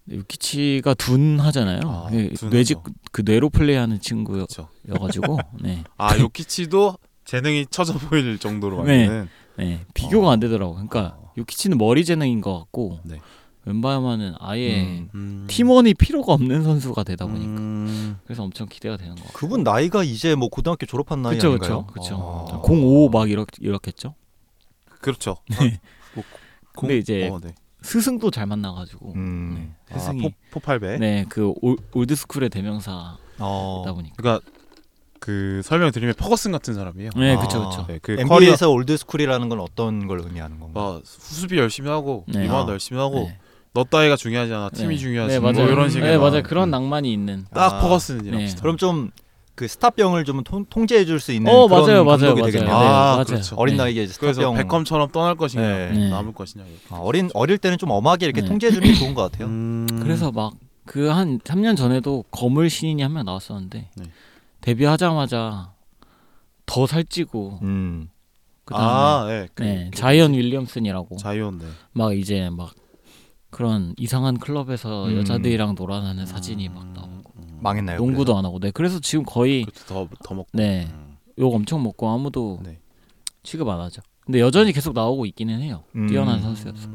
Speaker 3: 유키치가 둔하잖아요.
Speaker 1: 아,
Speaker 3: 그
Speaker 1: 둔하죠.
Speaker 3: 뇌직 그 뇌로 플레이하는
Speaker 1: 그렇죠.
Speaker 3: 친구여가지고 *laughs* 네,
Speaker 1: 아 요키치도 재능이 처져 보일 정도로
Speaker 3: 네.
Speaker 1: 만드는
Speaker 3: 네 비교가 안 되더라고. 그러니까
Speaker 1: 어.
Speaker 3: 유키치는 머리 재능인 것 같고
Speaker 1: 네.
Speaker 3: 웬바야마는 아예
Speaker 1: 음.
Speaker 3: 팀원이 필요가 없는 선수가 되다 보니까
Speaker 1: 음.
Speaker 3: 그래서 엄청 기대가 되는 거.
Speaker 2: 그분 나이가 이제 뭐 고등학교 졸업한 나이
Speaker 3: 그렇죠,
Speaker 2: 아닌가요?
Speaker 3: 그렇죠, 그렇죠.
Speaker 1: 어.
Speaker 3: 05막 이렇 이렇겠죠. *laughs*
Speaker 1: 그렇죠. 뭐, 공-
Speaker 3: 네. 근데 이제
Speaker 1: 어, 네.
Speaker 3: 스승도 잘 만나가지고
Speaker 2: 음.
Speaker 3: 네,
Speaker 1: 아,
Speaker 3: 스승이
Speaker 1: 포, 포팔배.
Speaker 3: 네그 네. 올드 스쿨의 대명사다
Speaker 2: 어.
Speaker 3: 보니까
Speaker 1: 그러니까 그 설명을 드리면 퍼거슨 같은 사람이에요.
Speaker 3: 네
Speaker 2: 아.
Speaker 3: 그렇죠 그렇죠.
Speaker 1: 네, 그 커리어
Speaker 2: NBA에서 올드 스쿨이라는 건 어떤 걸 의미하는 건가?
Speaker 1: 막 수비 아, 열심히 하고
Speaker 3: 네.
Speaker 1: 이만
Speaker 2: 아.
Speaker 1: 열심히 하고
Speaker 3: 네.
Speaker 1: 너 따위가 중요하지 않아 팀이
Speaker 3: 네.
Speaker 1: 중요하지
Speaker 3: 네
Speaker 1: 뭐
Speaker 3: 맞아요.
Speaker 1: 이런 식의
Speaker 3: 네
Speaker 1: 막
Speaker 3: 맞아요. 그런
Speaker 1: 음.
Speaker 3: 낭만이 있는.
Speaker 1: 딱
Speaker 2: 아.
Speaker 1: 퍼거슨이랑
Speaker 3: 네.
Speaker 1: 비슷한
Speaker 2: 그럼 좀 그 스타병을 좀 통, 통제해 줄 수 있는 네,
Speaker 3: 어
Speaker 2: 그런
Speaker 3: 맞아요 맞아요
Speaker 2: 감독이
Speaker 3: 맞아요.
Speaker 2: 되겠네요.
Speaker 1: 아,
Speaker 3: 맞아요.
Speaker 1: 그렇죠.
Speaker 2: 어린
Speaker 3: 네.
Speaker 2: 나이에 이제
Speaker 1: 그래서
Speaker 2: 스타병
Speaker 1: 백컴처럼 떠날 것이냐
Speaker 2: 네.
Speaker 3: 네.
Speaker 1: 남을 것이냐 이렇게.
Speaker 2: 아, 어린 어릴 때는 좀 엄하게 이렇게 통제해 주는 게 좋은 것 같아요.
Speaker 1: 음.
Speaker 3: 그래서 막 그 한 3년 전에도 거물 신인이 한 명 나왔었는데
Speaker 1: 네.
Speaker 3: 데뷔하자마자 더 살찌고
Speaker 2: 음. 예.
Speaker 3: 그다음에
Speaker 1: 아, 네. 그,
Speaker 3: 네,
Speaker 1: 그,
Speaker 3: 자이언 윌리엄슨이라고
Speaker 1: 자이언 네.
Speaker 3: 막 이제 막 그런 이상한 클럽에서
Speaker 2: 음.
Speaker 3: 여자들이랑 놀아나는 사진이 막 나오고
Speaker 2: 망했나요?
Speaker 3: 농구도 안 하고 네 그래서 지금 거의
Speaker 1: 그것도 더더 먹.
Speaker 3: 네
Speaker 1: 음.
Speaker 3: 욕 엄청 먹고 아무도
Speaker 1: 네.
Speaker 3: 취급 안 하죠. 근데 여전히 계속 나오고 있기는 해요.
Speaker 2: 음.
Speaker 3: 뛰어난 선수였어.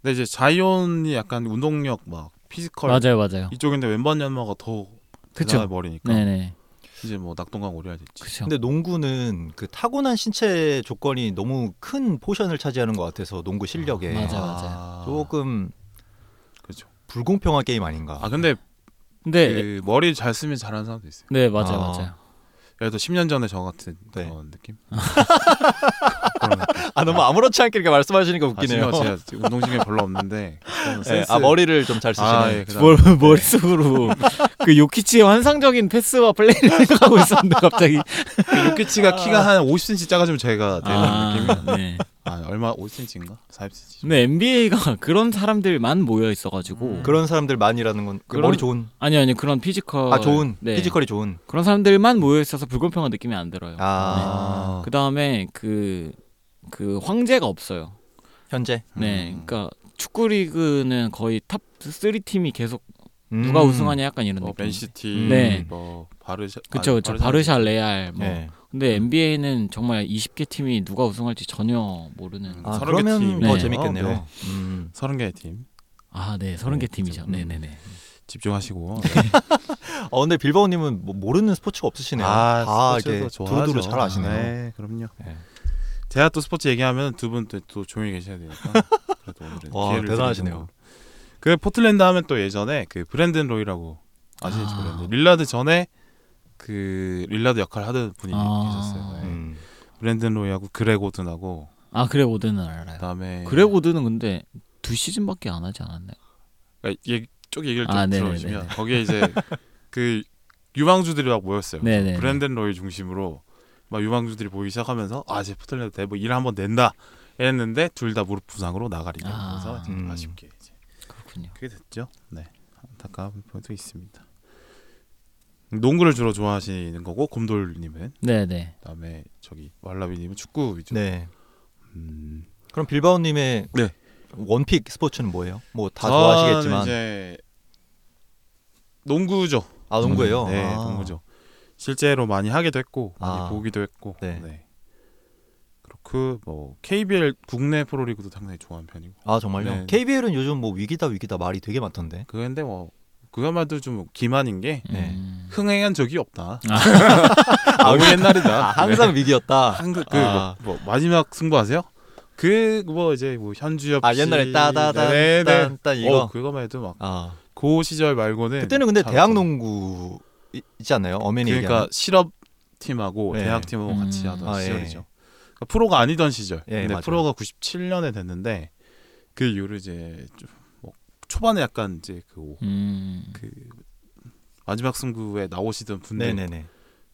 Speaker 1: 근데 이제 자이언이 약간 운동력 막 피지컬
Speaker 3: 맞아요, 맞아요.
Speaker 1: 이쪽인데 왼반 연마가 더 대단한
Speaker 3: 그렇죠.
Speaker 1: 머리니까
Speaker 3: 네네.
Speaker 1: 이제 뭐 낙동강 오리야 됐지.
Speaker 3: 그렇죠.
Speaker 2: 근데 농구는 그 타고난 신체 조건이 너무 큰 포션을 차지하는 것 같아서 농구 실력에
Speaker 3: 음, 네. 맞아, 맞아요.
Speaker 2: 조금
Speaker 1: 그렇죠.
Speaker 2: 불공평한 게임 아닌가.
Speaker 1: 그, 아 근데
Speaker 3: 근데
Speaker 1: 그 머리 잘 쓰면 잘하는 사람도 있어요.
Speaker 3: 네 맞아요,
Speaker 2: 아.
Speaker 3: 맞아요.
Speaker 1: 예를 들어 10년 전에 저 같은
Speaker 2: 네.
Speaker 1: 그런 느낌.
Speaker 2: 아 너무 아무렇지 않게 이렇게 말씀하시니까
Speaker 1: 아,
Speaker 2: 웃기네요.
Speaker 1: 심지어 제가 운동신경 별로 없는데 그런
Speaker 2: *laughs* 예,
Speaker 1: 센스.
Speaker 2: 아 머리를 좀 잘 쓰시네.
Speaker 1: 아, 예, 그다음-
Speaker 3: 뭘 *laughs* 머릿속으로 그 요키치의 환상적인 패스와 플레이를 *laughs* 생각하고 있었는데 갑자기
Speaker 1: 그 요키치가 키가 한 50cm 작아지면 제가 되는 느낌이에요.
Speaker 3: 네.
Speaker 1: 아 얼마 50cm인가? 40cm.
Speaker 3: 근데 NBA가 그런 사람들만 모여 있어가지고
Speaker 1: 음.
Speaker 2: 그런 사람들만이라는 건그
Speaker 3: 그런-
Speaker 2: 머리 좋은.
Speaker 3: 아니 아니 그런 피지컬
Speaker 1: 어,
Speaker 2: 아 좋은
Speaker 3: 네.
Speaker 2: 피지컬이 좋은.
Speaker 3: 그런 사람들만 모여 있어서 불공평한 느낌이 안 들어요.
Speaker 2: 아
Speaker 3: 그 다음에 그 그 황제가 없어요.
Speaker 2: 현재
Speaker 3: 네,
Speaker 1: 음.
Speaker 3: 그러니까 축구 리그는 거의 탑 3 팀이 계속
Speaker 2: 음.
Speaker 3: 누가 우승하냐 약간 이런
Speaker 1: 뭐
Speaker 3: 느낌.
Speaker 1: 맨시티,
Speaker 3: 네.
Speaker 1: 뭐 바르샤.
Speaker 3: 그렇죠,
Speaker 1: 아니,
Speaker 3: 그렇죠. 바르샤, 레알. 뭐.
Speaker 2: 네.
Speaker 3: 근데 NBA는 정말 20개 팀이 누가 우승할지 전혀 모르는.
Speaker 1: 아,
Speaker 2: 아,
Speaker 1: 서른 개
Speaker 2: 그러면
Speaker 1: 팀이네요.
Speaker 2: 더 재밌겠네요.
Speaker 1: 네.
Speaker 2: 음.
Speaker 1: 30개의 팀
Speaker 3: 아, 네, 30개 팀이죠.
Speaker 1: 음.
Speaker 3: 네, 네, 네.
Speaker 1: 집중하시고.
Speaker 2: 어 근데 빌바오님은 뭐 모르는 스포츠가 없으시네요. 다 이게
Speaker 1: 아, 스포츠도
Speaker 2: 아, 두루두루 잘 아시네요.
Speaker 1: 네, 그럼요.
Speaker 2: 네.
Speaker 1: 제가 또 스포츠 얘기하면 두 분 또 조용히 계셔야
Speaker 2: *laughs*
Speaker 1: 되니까. 그래도 오늘은
Speaker 2: 와,
Speaker 1: 기회를
Speaker 2: 대단하시네요.
Speaker 1: 드리는 걸로. 그 포틀랜드 하면 또 예전에 그 브랜든 로이라고 아시죠?
Speaker 3: 아.
Speaker 1: 브랜든 릴라드 전에 그 릴라드 역할을 하던 분이
Speaker 3: 아.
Speaker 1: 계셨어요. 네.
Speaker 2: 음.
Speaker 1: 브랜든 로이하고 그레고든하고
Speaker 3: 아, 그래 오드는 알아요.
Speaker 1: 그다음에
Speaker 3: 그레고드는 근데 두 시즌밖에 안 하지 않았나요?
Speaker 1: 그러니까 얘- 쭉 얘기를 좀
Speaker 3: 아, 네네네.
Speaker 1: 들어보시면 거기에 이제 그 유망주들이 막 모였어요.
Speaker 3: 네네.
Speaker 1: 그렇죠. 브랜든 로이 중심으로 막 유망주들이 보이기 시작하면서 아 이제 포틀랜드 대뭐 일을 한번 낸다 했는데 둘 다 무릎 부상으로 나가리가
Speaker 3: 아.
Speaker 1: 그래서 이제
Speaker 2: 음.
Speaker 1: 아쉽게 이제
Speaker 3: 그렇군요.
Speaker 1: 그게 됐죠. 네 안타까운 포인트 있습니다. 농구를 주로 좋아하시는 거고 곰돌님은
Speaker 3: 네, 네.
Speaker 1: 그다음에 저기 왈라비님은 축구 위주.
Speaker 2: 네.
Speaker 1: 음.
Speaker 2: 그럼 빌바오님의
Speaker 1: 네.
Speaker 2: 원픽 스포츠는 뭐예요? 뭐 다
Speaker 1: 저는
Speaker 2: 좋아하시겠지만
Speaker 1: 이제 농구죠.
Speaker 2: 아 농구예요.
Speaker 1: 네,
Speaker 2: 아.
Speaker 1: 동구죠. 실제로 많이 하기도 했고 많이
Speaker 2: 아.
Speaker 1: 보기도 했고. 네.
Speaker 2: 네.
Speaker 1: 그렇고 뭐 KBL 국내 프로리그도 상당히 좋아하는 편이고.
Speaker 2: 아 정말요?
Speaker 1: 네.
Speaker 2: KBL은 요즘 뭐 위기다 위기다 말이 되게 많던데.
Speaker 1: 그런데 뭐 그야말로 좀 기만인 게
Speaker 2: 네.
Speaker 3: 음.
Speaker 1: 흥행한 적이 *laughs* 없다.
Speaker 2: 아,
Speaker 1: 너무 옛날이다.
Speaker 2: 아, 항상 위기였다.
Speaker 1: 네. *laughs* 한국
Speaker 2: 아.
Speaker 1: 그뭐 마지막 승부 아세요? 그 뭐 이제 뭐 현주엽
Speaker 2: 아
Speaker 1: 씨,
Speaker 2: 옛날에
Speaker 1: 네, 네.
Speaker 2: 따다단 딴 이거.
Speaker 1: 어 그거만 해도 막
Speaker 2: 아
Speaker 1: 그 시절 말고는
Speaker 2: 그때는 근데
Speaker 1: 잘
Speaker 2: 대학
Speaker 1: 없었어요.
Speaker 2: 농구 이- 있지 않나요? 어맨이
Speaker 1: 그러니까 실업 팀하고
Speaker 2: 네.
Speaker 1: 대학 팀하고
Speaker 3: 음.
Speaker 1: 같이 하던
Speaker 2: 아, 예.
Speaker 1: 시절이죠. 그러니까 프로가 아니던 시절.
Speaker 2: 예,
Speaker 1: 근데
Speaker 2: 맞아요.
Speaker 1: 프로가 97년에 됐는데 그 이후로 이제 좀뭐 초반에 약간 이제 그, 오-
Speaker 3: 음.
Speaker 1: 그 마지막 승부에 나오시던 분들,
Speaker 2: 네네네.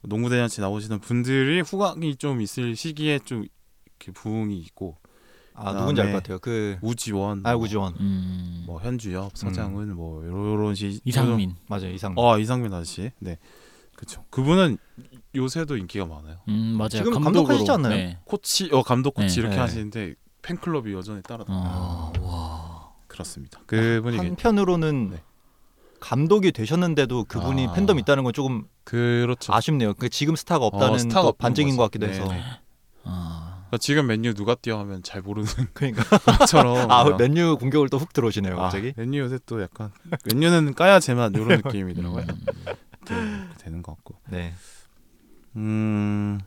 Speaker 1: 농구 대잔치 나오시던 분들이 후광이 좀 있을 시기에 좀 이렇게 부흥이 있고
Speaker 2: 아 누군지 알
Speaker 1: 그다음에
Speaker 2: 것 같아요. 그
Speaker 1: 우지원,
Speaker 2: 아이고 지원
Speaker 3: 음.
Speaker 1: 뭐 현주엽, 서장훈 뭐 요런 시
Speaker 3: 이상민.
Speaker 2: 맞아요 이상.
Speaker 1: 아 이상민 아저씨, 네, 그렇죠. 그분은 요새도 인기가 많아요.
Speaker 3: 음, 맞아요.
Speaker 2: 지금
Speaker 3: 감독으로.
Speaker 2: 감독하시지 않나요?
Speaker 3: 네.
Speaker 1: 코치 어 감독 코치
Speaker 3: 네,
Speaker 1: 이렇게
Speaker 2: 네. 어.
Speaker 1: 하시는데 팬클럽이 여전히 따라
Speaker 3: 어, 와.
Speaker 1: 들었습니다. 그분이 계-
Speaker 2: 한편으로는
Speaker 1: 네.
Speaker 2: 감독이 되셨는데도 그분이
Speaker 1: 아.
Speaker 2: 팬덤 있다는 건 조금
Speaker 1: 그렇죠.
Speaker 2: 아쉽네요. 그 지금 스타가 없다는
Speaker 1: 어, 스타가
Speaker 2: 또
Speaker 1: 없는 거죠.
Speaker 2: 반증인 것 같기도
Speaker 1: 네,
Speaker 2: 해서.
Speaker 1: 네.
Speaker 3: 아,
Speaker 1: 그러니까 지금 맨유 누가 뛰어 하면 잘 모르는
Speaker 2: *laughs* *laughs* 그러니까
Speaker 1: 것처럼
Speaker 2: 아
Speaker 1: 그냥
Speaker 2: 맨유 공격을 또 훅 들어오시네요
Speaker 1: 아,
Speaker 2: 갑자기.
Speaker 1: 맨유 요새 또 약간 맨유는 까야 제맛
Speaker 2: *laughs*
Speaker 1: 이런 느낌이더라고요. 네,
Speaker 3: 음.
Speaker 1: 이렇게 되는 것 같고.
Speaker 2: 네.
Speaker 1: 음.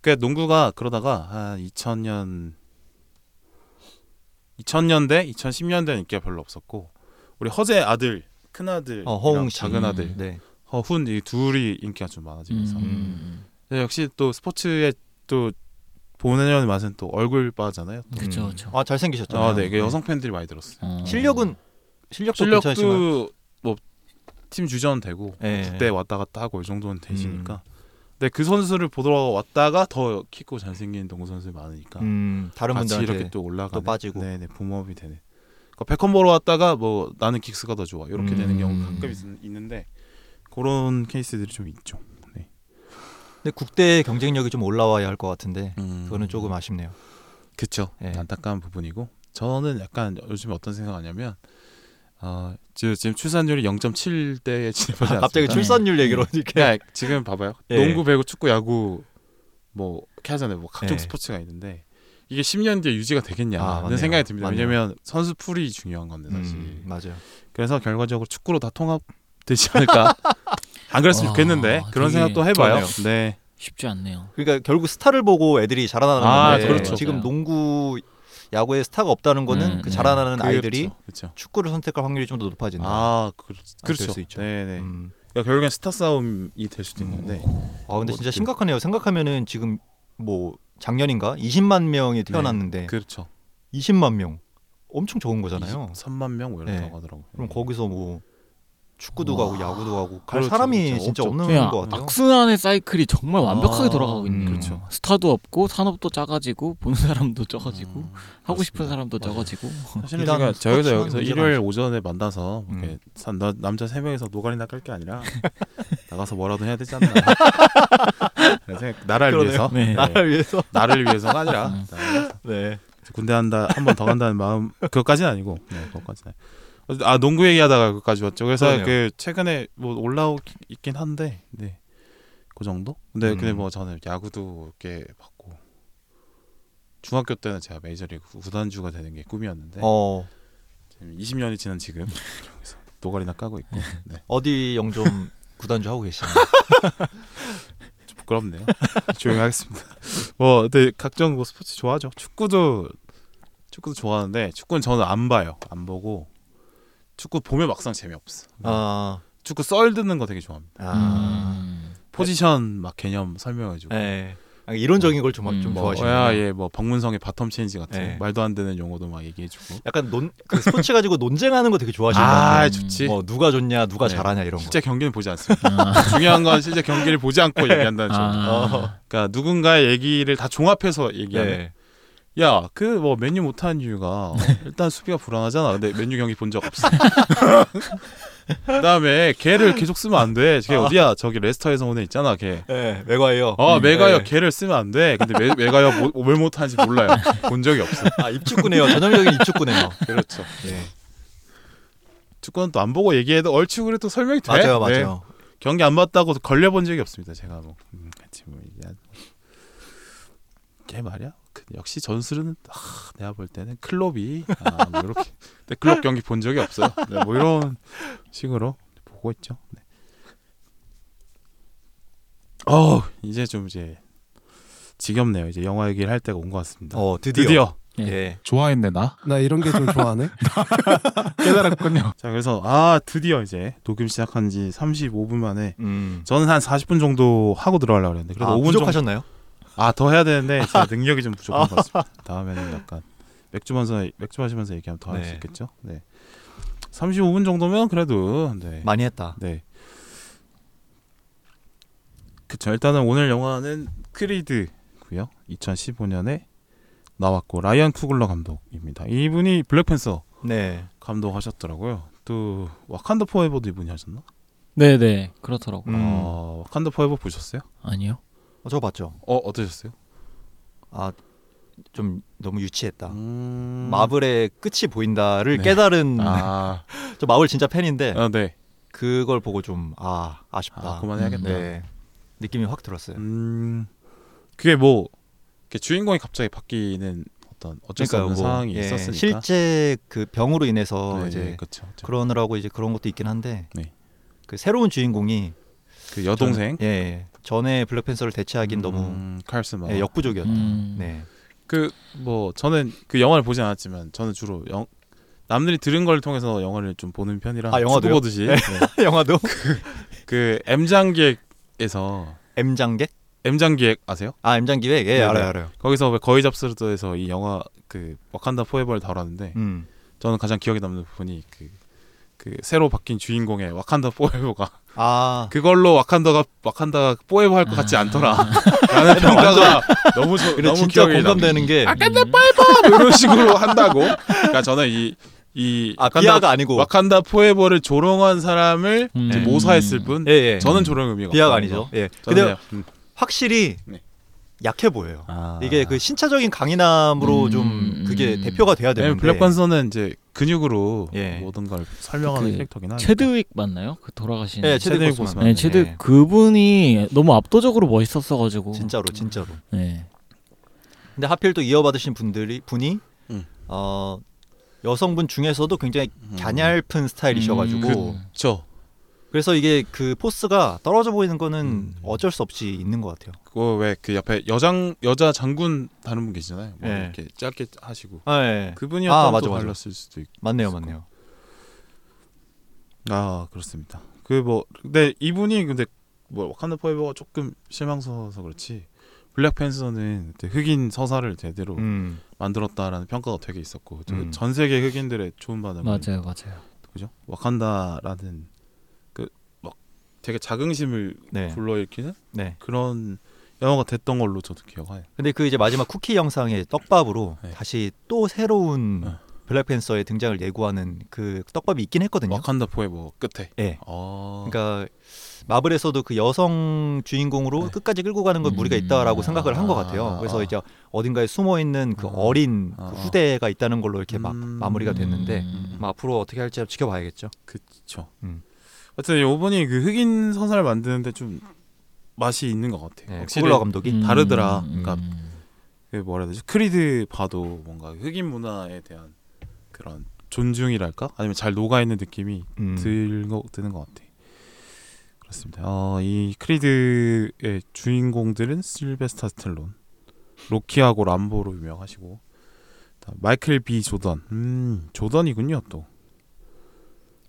Speaker 1: 그 농구가 그러다가 한 2000년 2000년대, 2010년대는 인기가 별로 없었고 우리 허재 아들, 큰 아들,
Speaker 2: 어, 허웅 씨.
Speaker 1: 작은 아들,
Speaker 2: 네.
Speaker 1: 허훈 이 둘이 인기가 좀 많아지면서
Speaker 3: 음.
Speaker 1: 근데 역시 또 스포츠에 또 보내려는 맛은 또 얼굴 빠잖아요.
Speaker 3: 그쵸,
Speaker 2: 음.
Speaker 3: 그쵸.
Speaker 2: 아 잘생기셨잖아요.
Speaker 1: 아, 네, 이게 여성 팬들이 많이 들었어요.
Speaker 3: 어.
Speaker 2: 실력은 실력도 괜찮으시면.
Speaker 1: 실력도 뭐 팀 주전 되고
Speaker 2: 네.
Speaker 1: 그때 왔다 갔다 하고 이 정도는 되시니까. 근데 그 선수를 보러 왔다가 더 키 크고 잘생긴 농구 선수 많으니까
Speaker 2: 음, 다른
Speaker 1: 같이
Speaker 2: 분들한테
Speaker 1: 이렇게 또 올라가
Speaker 2: 또 빠지고.
Speaker 1: 네네 붐업이 되네. 그러니까 백컴 보러 왔다가 뭐 나는 킥스가 더 좋아 이렇게 되는
Speaker 3: 음.
Speaker 1: 경우 가끔 있, 있는데 그런 케이스들이 좀 있죠.
Speaker 2: 근데 국대 경쟁력이 좀 올라와야 할 것 같은데
Speaker 1: 음.
Speaker 2: 그거는 조금 아쉽네요.
Speaker 1: 그쵸.
Speaker 2: 예.
Speaker 1: 안타까운 부분이고 저는 약간 요즘 어떤 생각하냐면 어, 지- 지금 출산율이 0.7대에 진입하지 않습니까?
Speaker 2: *laughs* 아, 갑자기 출산율 네. 얘기로 이렇게
Speaker 1: 그러니까 지금 봐봐요.
Speaker 2: 예.
Speaker 1: 농구, 배구, 축구, 야구 뭐 이렇게 하잖아요. 뭐 각종
Speaker 2: 예.
Speaker 1: 스포츠가 있는데 이게 10년 뒤에 유지가 되겠냐는
Speaker 2: 아, 맞네요.
Speaker 1: 생각이 듭니다.
Speaker 2: 맞네요.
Speaker 1: 왜냐면 선수 풀이 중요한 건데 사실.
Speaker 2: 음, 맞아요.
Speaker 1: 그래서 결과적으로 축구로 다 통합되지 않을까? *laughs* 안 그랬으면
Speaker 3: 와,
Speaker 2: 아,
Speaker 1: 좋겠는데 그런
Speaker 3: 되게
Speaker 1: 생각도 해봐요.
Speaker 2: 그러네요.
Speaker 1: 네.
Speaker 3: 쉽지 않네요.
Speaker 2: 그러니까 결국 스타를 보고 애들이 자라나는
Speaker 1: 아,
Speaker 2: 건데
Speaker 1: 그렇죠. 음,
Speaker 2: 지금
Speaker 3: 맞아요.
Speaker 2: 농구 야구에 스타가 없다는 거는
Speaker 3: 네,
Speaker 2: 그
Speaker 3: 네.
Speaker 2: 자라나는 아이들이
Speaker 1: 그렇죠. 그렇죠.
Speaker 2: 축구를 선택할 확률이 좀 더 높아진다.
Speaker 1: 아, 그, 그렇죠.
Speaker 2: 수 있죠.
Speaker 1: 네네.
Speaker 2: 음.
Speaker 1: 그러니까 결국엔 스타 싸움이 될 수도 있는데
Speaker 2: 아 근데
Speaker 1: 뭐
Speaker 2: 진짜
Speaker 1: 어떻게-
Speaker 2: 심각하네요. 생각하면은 지금 뭐 작년인가 20만
Speaker 1: 네.
Speaker 2: 명이 태어났는데
Speaker 1: 그렇죠.
Speaker 2: 20만 명 엄청 적은 거잖아요.
Speaker 1: 3만 명뭐 이렇다고
Speaker 2: 네.
Speaker 1: 하더라고요.
Speaker 2: 그럼 거기서 뭐 축구도
Speaker 3: 와.
Speaker 2: 가고 야구도 가고 갈
Speaker 1: 그렇죠,
Speaker 2: 사람이
Speaker 1: 그렇죠.
Speaker 2: 진짜
Speaker 1: 없죠.
Speaker 2: 없는
Speaker 3: 그냥
Speaker 2: 것 같아요.
Speaker 3: 악순환의 사이클이 정말 완벽하게
Speaker 1: 아,
Speaker 3: 돌아가고 있는
Speaker 2: 음,
Speaker 3: 거예요.
Speaker 1: 그렇죠.
Speaker 3: 스타도 없고 산업도 작아지고 보는 사람도 적어지고
Speaker 1: 음,
Speaker 3: 하고 싶은
Speaker 1: 그렇습니다.
Speaker 3: 사람도
Speaker 1: 맞아요.
Speaker 3: 적어지고
Speaker 1: 사실은
Speaker 2: 이단
Speaker 1: 제가 저기서
Speaker 2: 스포츠만
Speaker 1: 여기서
Speaker 2: 문제가
Speaker 1: 일요일
Speaker 2: 아니죠.
Speaker 1: 오전에 만나서
Speaker 2: 음.
Speaker 1: 이렇게 산- 나- 남자 세 명에서 노가리나 깔 게
Speaker 2: *laughs*
Speaker 1: 아니라 나가서 뭐라도 해야 되지 않나. *laughs* 그런 생각- 나라를
Speaker 2: 그러네요.
Speaker 1: 위해서
Speaker 3: 네.
Speaker 1: 네.
Speaker 2: 나를 *laughs* 위해서.
Speaker 1: 나를 위해서가 아니라
Speaker 3: 음.
Speaker 1: 나를 위해서.
Speaker 2: 네.
Speaker 1: 군대 한다 한 번 더 간다는 마음 그것까지는 아니고 네, 그것까지는 아니고. 아 농구 얘기하다가 그까지 왔죠. 그래서
Speaker 2: 그러네요.
Speaker 1: 그 최근에 뭐 올라오 있긴 한데 네. 그 정도? 근데 근데
Speaker 2: 음.
Speaker 1: 뭐 저는 야구도 꽤 봤고 중학교 때는 제가 메이저리그 구단주가 되는 게 꿈이었는데
Speaker 2: 어
Speaker 1: 지금 20년이 지난 지금 여기서 노가리나 까고 있고 네,
Speaker 2: 어디 영점 *laughs* 구단주 하고 계시나요?
Speaker 1: 좀 *laughs* 부끄럽네요. 조용히 하겠습니다. 뭐 근데 각종 뭐 스포츠 좋아하죠. 축구도 축구도 좋아하는데 축구는 저는 안 봐요. 안 보고 축구 보면 막상 재미없어.
Speaker 2: 아,
Speaker 1: 축구 썰 듣는 거 되게 좋아합니다.
Speaker 2: 아,
Speaker 3: 음.
Speaker 1: 포지션 막 개념 설명해주고.
Speaker 2: 네. 아, 이론적인 걸 좀
Speaker 3: 음,
Speaker 2: 좀
Speaker 1: 음. 뭐,
Speaker 2: 네, 좋아하시는.
Speaker 1: 야, 예, 뭐 박문성의 바텀 체인지 같은
Speaker 2: 네.
Speaker 1: 말도 안 되는 용어도 막 얘기해주고.
Speaker 2: 약간 논, 그 스포츠 가지고 논쟁하는 거 되게 좋아하시는 것
Speaker 1: 아,
Speaker 2: 같아요.
Speaker 1: 좋지.
Speaker 2: 뭐 누가 좋냐, 누가
Speaker 1: 네.
Speaker 2: 잘하냐 이런 거. 아.
Speaker 1: 실제 경기는 보지 않습니다. *laughs* 중요한 건 실제 경기를 보지 않고 얘기한다는 점.
Speaker 3: 아,
Speaker 1: 그러니까 누군가의 얘기를 다 종합해서 얘기하는
Speaker 2: 어, 네.
Speaker 1: 야, 그 뭐 맨유 못한 이유가
Speaker 2: *laughs*
Speaker 1: 일단 수비가 불안하잖아. 근데 맨유 경기 본 적 없어. *laughs* 그다음에 걔를 계속 쓰면 안 돼. 걔 어디야? 저기 레스터에서 오늘 있잖아. 걔.
Speaker 2: 네, 외과예요.
Speaker 1: 아,
Speaker 2: 아. 음,
Speaker 1: 메가여
Speaker 2: 네. 걔-
Speaker 1: 걔를 쓰면 안 돼. 근데 메, 메가여 뭐, 왜 못하는지 몰라요. 본 적이 없어.
Speaker 2: 아, 입축구네요. 전형적인 입축구네요.
Speaker 1: *laughs* 그렇죠.
Speaker 2: 네.
Speaker 1: 축구는 또 안 보고 얘기해도 얼추 그래도 설명이 돼.
Speaker 2: 맞아요,
Speaker 1: 네.
Speaker 2: 맞아요.
Speaker 1: 경기 안 봤다고 걸려본 적이 없습니다. 제가 뭐 음, 같이 뭐 얘기한 걔 말이야. 그- 역시 전술은 아, 내가 볼 때는 클럽이 아, 뭐 이렇게 근데 클럽 경기 본 적이 없어요. 네, 뭐 이런 식으로 보고 있죠. 네. 어 이제 좀 이제 지겹네요. 이제 영화 얘기를 할 때가 온 것 같습니다.
Speaker 2: 어, 드디어.
Speaker 1: 드디어.
Speaker 3: 네.
Speaker 2: 예.
Speaker 4: 좋아했네 나
Speaker 5: 나 이런 게 좀 좋아하네.
Speaker 4: 깨달았군요.
Speaker 1: *laughs* 자 그래서 아 드디어 이제 녹음 시작한 지 35분 만에
Speaker 2: 음.
Speaker 1: 저는 한 40분 정도 하고 들어가려고 그랬는데 그래도
Speaker 2: 아,
Speaker 1: 5분 정도
Speaker 2: 부족하셨나요?
Speaker 1: 아 더 해야 되는데 제가 능력이 좀 부족한 것 같습니다.
Speaker 2: 아.
Speaker 1: 다음에는 약간 맥주 마서 맥주 마시면서 얘기하면 더 할 수
Speaker 2: 네.
Speaker 1: 있겠죠. 네. 35분 정도면 그래도 네.
Speaker 2: 많이 했다.
Speaker 1: 네. 그쵸 일단은 오늘 영화는 크리드고요. 2015년에 나왔고 라이언 쿠글러 감독입니다. 이분이 블랙팬서
Speaker 2: 네.
Speaker 1: 감독하셨더라고요. 또 와칸다 포에버도 이분이 하셨나?
Speaker 3: *laughs* 네, 네, 그렇더라고.
Speaker 2: 음.
Speaker 1: 어, 와칸다 포에버 보셨어요?
Speaker 3: 아니요.
Speaker 2: 어, 저거 봤죠.
Speaker 1: 어 어떠셨어요?
Speaker 2: 아, 좀 너무 유치했다.
Speaker 1: 음...
Speaker 2: 마블의 끝이 보인다를
Speaker 1: 네.
Speaker 2: 깨달은
Speaker 1: 아,
Speaker 2: *laughs* 저 마블 진짜 팬인데
Speaker 1: 아 네.
Speaker 2: 그걸 보고 좀 아 아쉽다.
Speaker 1: 아, 그만해야겠다.
Speaker 2: 네. 느낌이 확 들었어요.
Speaker 1: 음, 그게 뭐 이렇게 주인공이 갑자기 바뀌는 어떤 어쩔 수 없는 상황이
Speaker 2: 예,
Speaker 1: 있었으니까
Speaker 2: 실제 그 병으로 인해서
Speaker 1: 네,
Speaker 2: 이제
Speaker 1: 그렇죠.
Speaker 2: 그러느라고 이제 그런 것도 있긴 한데
Speaker 1: 네.
Speaker 2: 그 새로운 주인공이
Speaker 1: 그 여동생
Speaker 2: 전- 예, 예. 전에 블랙팬서를 대체하긴 너무
Speaker 1: 음, 칼스마.
Speaker 2: 예, 역부족이었다.
Speaker 3: 음.
Speaker 2: 네. *laughs*
Speaker 1: 그 뭐 저는 그 영화를 보진 않았지만 저는 주로 영 남들이 들은 걸 통해서 영화를 좀 보는 편이라
Speaker 2: 아, 영화도요?
Speaker 1: 축구 보듯이 네.
Speaker 2: 영화도
Speaker 1: *laughs* 그 M장 기획에서
Speaker 2: M 장객?
Speaker 1: M장 기획 아세요?
Speaker 2: 아 M 장 기획 예
Speaker 1: 네네.
Speaker 2: 알아요 알아요.
Speaker 1: 거기서 왜 거의 잡스르드에서 이 영화 그 와칸다 포에버를 다뤘는데
Speaker 2: 음.
Speaker 1: 저는 가장 기억에 남는 부분이 그, 그 새로 바뀐 주인공의 와칸다 포에버가 *laughs*
Speaker 2: 아
Speaker 1: 그걸로 와칸다가 와칸다가 포에버 할 것 같지
Speaker 2: *laughs*
Speaker 3: 아.
Speaker 1: 않더라라는 평가가 너무 저,
Speaker 2: 네, 그래
Speaker 1: 너무
Speaker 2: 진짜
Speaker 1: 기억에 남는
Speaker 2: 공감되는 게 아,
Speaker 3: 음.
Speaker 1: 이런 식으로 한다고. 그러니까 저는 이이
Speaker 2: 비아가 아니고
Speaker 1: 와칸다 포에버를 조롱한 사람을
Speaker 3: 음.
Speaker 1: 이제 모사했을 뿐.
Speaker 2: 예, 예.
Speaker 1: 저는 조롱 의미가
Speaker 2: 비아가
Speaker 1: 없다는
Speaker 2: 아니죠.
Speaker 1: 거.
Speaker 2: 예.
Speaker 1: 저는
Speaker 2: 근데
Speaker 1: 그냥, 음.
Speaker 2: 확실히
Speaker 1: 네. 아.
Speaker 2: 약해 보여요. 이게 그 신차적인 강인함으로
Speaker 3: 음,
Speaker 2: 좀 그게
Speaker 3: 음.
Speaker 2: 대표가 돼야
Speaker 1: 왜냐면
Speaker 2: 되는데
Speaker 1: 네, 블랙관서는 이제 근육으로
Speaker 2: 예.
Speaker 1: 모든 걸 설명하는
Speaker 3: 그
Speaker 1: 캐릭터긴 하니까.
Speaker 3: 체드윅 맞나요? 그 돌아가신.
Speaker 2: 예,
Speaker 1: 아, 체드윅
Speaker 2: 체드윅 보스만.
Speaker 1: 보스만.
Speaker 3: 네, 체드
Speaker 2: 예.
Speaker 3: 그분이 너무 압도적으로 멋있었어가지고.
Speaker 2: 진짜로 진짜로.
Speaker 3: 네.
Speaker 2: 근데 하필 또 이어받으신 분들이 분이
Speaker 1: 음.
Speaker 2: 어 여성분 중에서도 굉장히
Speaker 1: 음.
Speaker 2: 갸냘픈 스타일이셔가지고
Speaker 3: 음.
Speaker 1: 그렇죠.
Speaker 2: 그래서 이게 그 포스가 떨어져 보이는 거는
Speaker 1: 음.
Speaker 2: 어쩔 수 없이 있는 것 같아요.
Speaker 1: 그거 왜 그 옆에 여장 여자 장군 다른 분 계시잖아요. 뭐
Speaker 2: 예.
Speaker 1: 이렇게 짧게 하시고
Speaker 2: 아, 예. 아,
Speaker 1: 그분이었다고
Speaker 2: 맞아,
Speaker 1: 또
Speaker 2: 맞아.
Speaker 1: 발랐을 수도 있고.
Speaker 2: 맞네요, 맞네요.
Speaker 1: 아 그렇습니다. 그 뭐 근데 이분이 근데 뭐 와칸다 포에버가 조금 실망스러워서 그렇지 블랙팬서는 그때 흑인 서사를 제대로
Speaker 2: 음.
Speaker 1: 만들었다라는 평가가 되게 있었고 그
Speaker 2: 음.
Speaker 1: 전 세계 흑인들의 좋은 반응을
Speaker 3: 맞아요, 맞아요.
Speaker 1: 그죠 와칸다라는 그 막 되게 자긍심을
Speaker 2: 네.
Speaker 1: 불러일으키는
Speaker 2: 네.
Speaker 1: 그런 영화가 됐던 걸로 저도 기억해요.
Speaker 2: 근데 그 이제 마지막 쿠키 영상의 떡밥으로
Speaker 1: 네.
Speaker 2: 다시 또 새로운
Speaker 1: 네.
Speaker 2: 블랙팬서의 등장을 예고하는 그 떡밥이 있긴 했거든요.
Speaker 1: 와칸다 그- 포에버 끝에.
Speaker 2: 예.
Speaker 1: 어.
Speaker 2: 그러니까 마블에서도 그 여성 주인공으로
Speaker 1: 네.
Speaker 2: 끝까지 끌고 가는 건
Speaker 3: 음.
Speaker 2: 무리가 있다라고
Speaker 1: 아,
Speaker 2: 생각을 한 것 같아요.
Speaker 1: 아,
Speaker 2: 그래서
Speaker 1: 아.
Speaker 2: 이제 어딘가에 숨어 있는 그
Speaker 1: 아,
Speaker 2: 어린 그
Speaker 1: 아, 아.
Speaker 2: 후대가 있다는 걸로 이렇게 막
Speaker 1: 음.
Speaker 2: 마무리가 됐는데
Speaker 3: 음.
Speaker 2: 뭐 앞으로 어떻게 할지 지켜봐야겠죠.
Speaker 1: 그쵸.
Speaker 2: 음.
Speaker 1: 하여튼 요번이 그 흑인 서사를 만드는데 좀 맛이 있는 것 같아요.
Speaker 2: 네,
Speaker 1: 확실히
Speaker 2: 쿠블러 감독이
Speaker 3: 음.
Speaker 1: 다르더라. 그러니까
Speaker 3: 음.
Speaker 1: 그 뭐라 해야 되지? 크리드 봐도 뭔가 흑인 문화에 대한 그런 존중이랄까? 아니면 잘 녹아 있는 느낌이
Speaker 2: 음.
Speaker 1: 들거 드는 것 같아. 그렇습니다. 어, 이 크리드의 주인공들은 실베스타 스텔론, 로키하고 람보로 유명하시고 다음 마이클 B 조던, 음 조던이군요 또.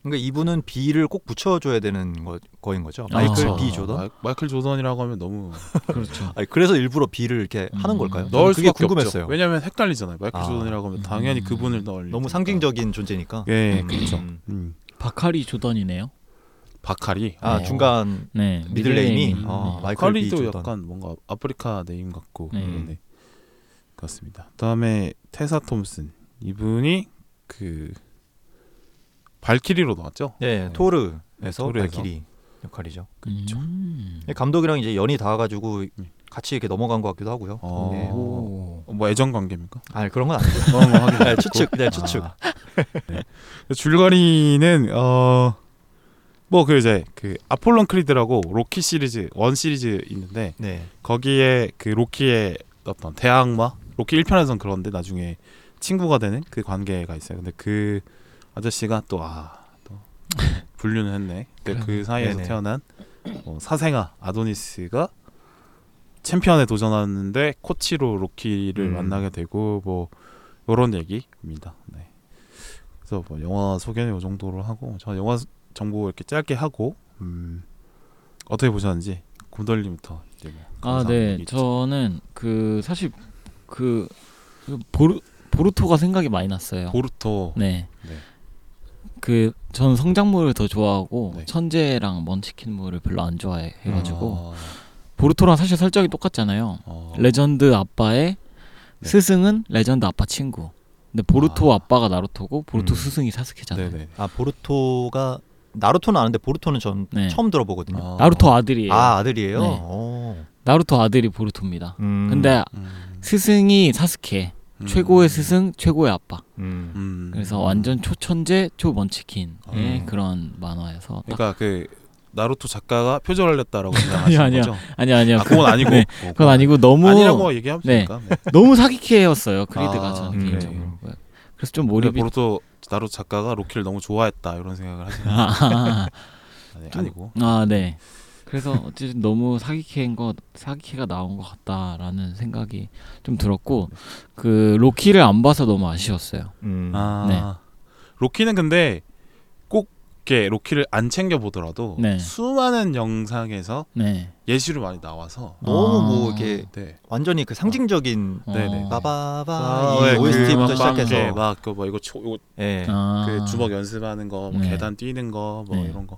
Speaker 2: 그러니까 이분은 B를 꼭 붙여줘야 되는 거, 거인 거죠.
Speaker 3: 아,
Speaker 2: 마이클
Speaker 3: 그렇죠.
Speaker 2: B 조던.
Speaker 1: 마이, 마이클 조던이라고 하면 너무
Speaker 3: 그렇죠.
Speaker 2: 아니, 그래서 일부러 B를 이렇게
Speaker 3: 음.
Speaker 2: 하는 걸까요?
Speaker 1: 넣을
Speaker 2: 저는 그게
Speaker 1: 수밖에
Speaker 2: 궁금했어요.
Speaker 1: 없죠. 왜냐면 헷갈리잖아요. 마이클
Speaker 2: 아.
Speaker 1: 조던이라고 하면
Speaker 3: 음.
Speaker 1: 당연히 그분을 넣을
Speaker 2: 너무
Speaker 1: 테니까.
Speaker 2: 상징적인 존재니까.
Speaker 1: 예,
Speaker 2: 음.
Speaker 1: 그렇죠. 음.
Speaker 3: 바카리 조던이네요.
Speaker 1: 바카리. 음.
Speaker 2: 아
Speaker 3: 네.
Speaker 2: 중간
Speaker 3: 네.
Speaker 2: 미들네임이?
Speaker 3: 미들네임이.
Speaker 2: 어,
Speaker 3: 네.
Speaker 2: 마이클 B.
Speaker 1: 바카리도
Speaker 2: 조던.
Speaker 1: 약간 뭔가 아프리카 네임 같고.
Speaker 3: 네.
Speaker 1: 네. 네. 그렇습니다. 그다음에 테사 톰슨. 이분이 그 발키리로 나왔죠?
Speaker 2: 예
Speaker 1: 네.
Speaker 2: 토르에서
Speaker 1: 토르에서.
Speaker 2: 발키리 역할이죠.
Speaker 1: 그렇죠.
Speaker 3: 음.
Speaker 2: 예, 감독이랑 이제 연이 닿아가지고 같이 이렇게 넘어간 것 같기도 하고요.
Speaker 1: 어.
Speaker 2: 예.
Speaker 3: 오.
Speaker 1: 어, 뭐 애정
Speaker 2: *laughs*
Speaker 1: 관계입니까?
Speaker 2: 아 그런 건 아니고
Speaker 1: 그런 거 확인.
Speaker 2: 예, 추측 그냥 추측.
Speaker 1: 아. 네. 줄거리는 어. 뭐 그 이제 그 아폴론 크리드라고 로키 시리즈 원 시리즈 있는데
Speaker 2: 네.
Speaker 1: 거기에 그 로키의 어떤 대항마 로키 1편에선 그런데 나중에 친구가 되는 그 관계가 있어요. 근데 그 아저씨가 또 아,
Speaker 2: *laughs*
Speaker 1: 또 분류는 했네. 근데 그 사이에서
Speaker 2: 네네.
Speaker 1: 태어난 어, 사생아 아도니스가 챔피언에 도전하는데 코치로 로키를
Speaker 2: 음.
Speaker 1: 만나게 되고 뭐 이런 얘기입니다. 네. 그래서 뭐 영화 소개는 이 정도로 하고 뭐 저 영화 정보 이렇게 짧게 하고 음, 어떻게 보셨는지 곰돌님부터 이제 뭐
Speaker 3: 아,
Speaker 1: 감상
Speaker 3: 네.
Speaker 1: 얘기
Speaker 3: 저는 그 사실 그 보르 보르토가 생각이 많이 났어요.
Speaker 1: 보르토
Speaker 3: 네.
Speaker 1: 네.
Speaker 3: 그 저는 성장물을 더 좋아하고
Speaker 1: 네.
Speaker 3: 천재랑 먼치킨물을 별로 안 좋아해 가지고
Speaker 1: 아,
Speaker 3: 보르토랑 사실 설정이 똑같잖아요.
Speaker 1: 어.
Speaker 3: 레전드 아빠의
Speaker 1: 네.
Speaker 3: 스승은 레전드 아빠 친구. 근데 보르토
Speaker 1: 아.
Speaker 3: 아. 빠가 나루토고 보르토
Speaker 2: 음.
Speaker 3: 스승이 사스케잖아요.
Speaker 1: 네네
Speaker 2: 아 보르토가 나루토는 아는데 보르토는 전
Speaker 3: 네.
Speaker 2: 처음 들어보거든요.
Speaker 1: 아.
Speaker 3: 나루토 아들이에요.
Speaker 2: 아 아들이에요.
Speaker 3: 네.
Speaker 2: 오.
Speaker 3: 나루토 아들이 보르토입니다.
Speaker 2: 음.
Speaker 3: 근데
Speaker 1: 음.
Speaker 3: 스승이 사스케 최고의 스승 최고의 아빠
Speaker 2: 음.
Speaker 1: 음. 아.
Speaker 3: 그래서 완전 초천재 초먼치킨의 네,
Speaker 2: 음.
Speaker 3: 그런 만화여서 딱
Speaker 1: 그러니까 그 나루토 작가가 표절 알렸다라고 생각하시는
Speaker 3: 아니야.
Speaker 1: 거죠?
Speaker 3: 아니 아니요
Speaker 1: 아, 그건 아니고.
Speaker 3: 네,
Speaker 1: 어,
Speaker 3: 그건 아니고 너무
Speaker 1: 아니라고 얘기하면
Speaker 3: 네.
Speaker 1: 되니까. 네.
Speaker 3: 너무 사기캐였어요 크리드가
Speaker 1: 아,
Speaker 3: 저는
Speaker 2: 음.
Speaker 3: 개인적으로 그래서 좀
Speaker 1: 우리
Speaker 3: 몰입이
Speaker 1: 보르토 나루 작가가 로키를 너무 좋아했다 이런 생각을 하시는
Speaker 3: 아,
Speaker 1: 아니,
Speaker 3: 좀-
Speaker 1: 아니고.
Speaker 3: *laughs* 아, 네. 그래서 어쨌든 너무 사기캐인 거 사기캐가 나온 것 같다라는 생각이 좀 들었고 그 로키를 안 봐서 너무 아쉬웠어요.
Speaker 2: 음.
Speaker 1: 아
Speaker 3: 네.
Speaker 1: 로키는 근데 꼭 이렇게 로키를 안 챙겨 보더라도
Speaker 3: 네.
Speaker 1: 수많은 영상에서
Speaker 3: 네.
Speaker 1: 예시로 많이 나와서
Speaker 2: 너무
Speaker 3: 아.
Speaker 2: 뭐 이렇게
Speaker 1: 네.
Speaker 2: 완전히 그 상징적인
Speaker 3: 어.
Speaker 1: 네네.
Speaker 2: 바바바
Speaker 1: 왜
Speaker 2: 아, 이 OST부터
Speaker 1: 그 빵에
Speaker 2: 시작해서
Speaker 1: 막 그거 뭐 이거 초, 이거
Speaker 2: 예.
Speaker 3: 아.
Speaker 1: 그 주먹 연습하는 거, 뭐
Speaker 3: 네.
Speaker 1: 계단 뛰는 거, 뭐
Speaker 3: 네.
Speaker 1: 이런 거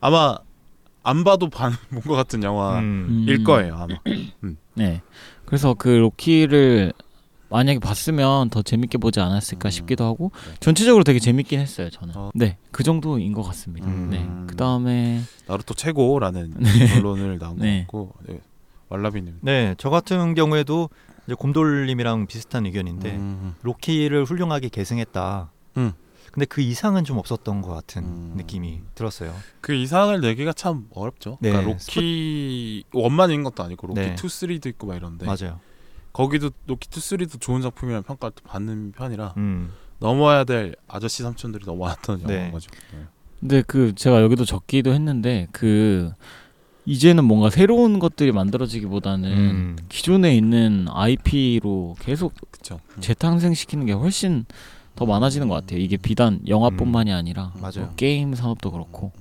Speaker 1: 아마 안 봐도 반본것 *laughs* 같은 영화일
Speaker 2: 음.
Speaker 3: 음,
Speaker 1: 거예요 아마.
Speaker 3: 네. 그래서 그 로키를 만약에 봤으면 더 재밌게 보지 않았을까
Speaker 1: 음.
Speaker 3: 싶기도 하고
Speaker 1: 네.
Speaker 3: 전체적으로 되게 재밌긴 했어요 저는.
Speaker 1: 어.
Speaker 3: 네, 그 정도인 것 같습니다.
Speaker 1: 음.
Speaker 3: 네, 그 다음에
Speaker 1: 나루토
Speaker 3: *laughs*
Speaker 1: 최고라는 결론을 나온 것
Speaker 3: 네.
Speaker 1: 같고 네. 왈라비님.
Speaker 2: 네, 저 같은 경우에도 이제 곰돌님이랑 비슷한 의견인데
Speaker 1: 음.
Speaker 2: 로키를 훌륭하게 계승했다.
Speaker 1: 음.
Speaker 2: 근데 그 이상은 좀 없었던 것 같은
Speaker 1: 음.
Speaker 2: 느낌이 들었어요.
Speaker 1: 그 이상을 내기가 참 어렵죠.
Speaker 2: 네.
Speaker 1: 그러니까 로키 원만인 것도 아니고 로키
Speaker 2: 네.
Speaker 1: 투 2, 3도 있고 막 이런데
Speaker 2: 맞아요.
Speaker 1: 거기도 로키 2, 3도 좋은 작품이라 평가를 또 받는 편이라
Speaker 2: 음.
Speaker 1: 넘어야 될 아저씨 삼촌들이 넘어왔던
Speaker 2: 네.
Speaker 1: 영화인 거죠. 네.
Speaker 3: 근데 그 제가 여기도 적기도 했는데 그 이제는 뭔가 새로운 것들이 만들어지기보다는
Speaker 2: 음.
Speaker 3: 기존에 있는 IP로 계속
Speaker 1: 그렇죠.
Speaker 3: 재탄생시키는 게 훨씬 더 많아지는 것 같아요. 이게 비단 영화뿐만이 아니라
Speaker 1: 음,
Speaker 2: 맞아요.
Speaker 3: 뭐 게임 산업도 그렇고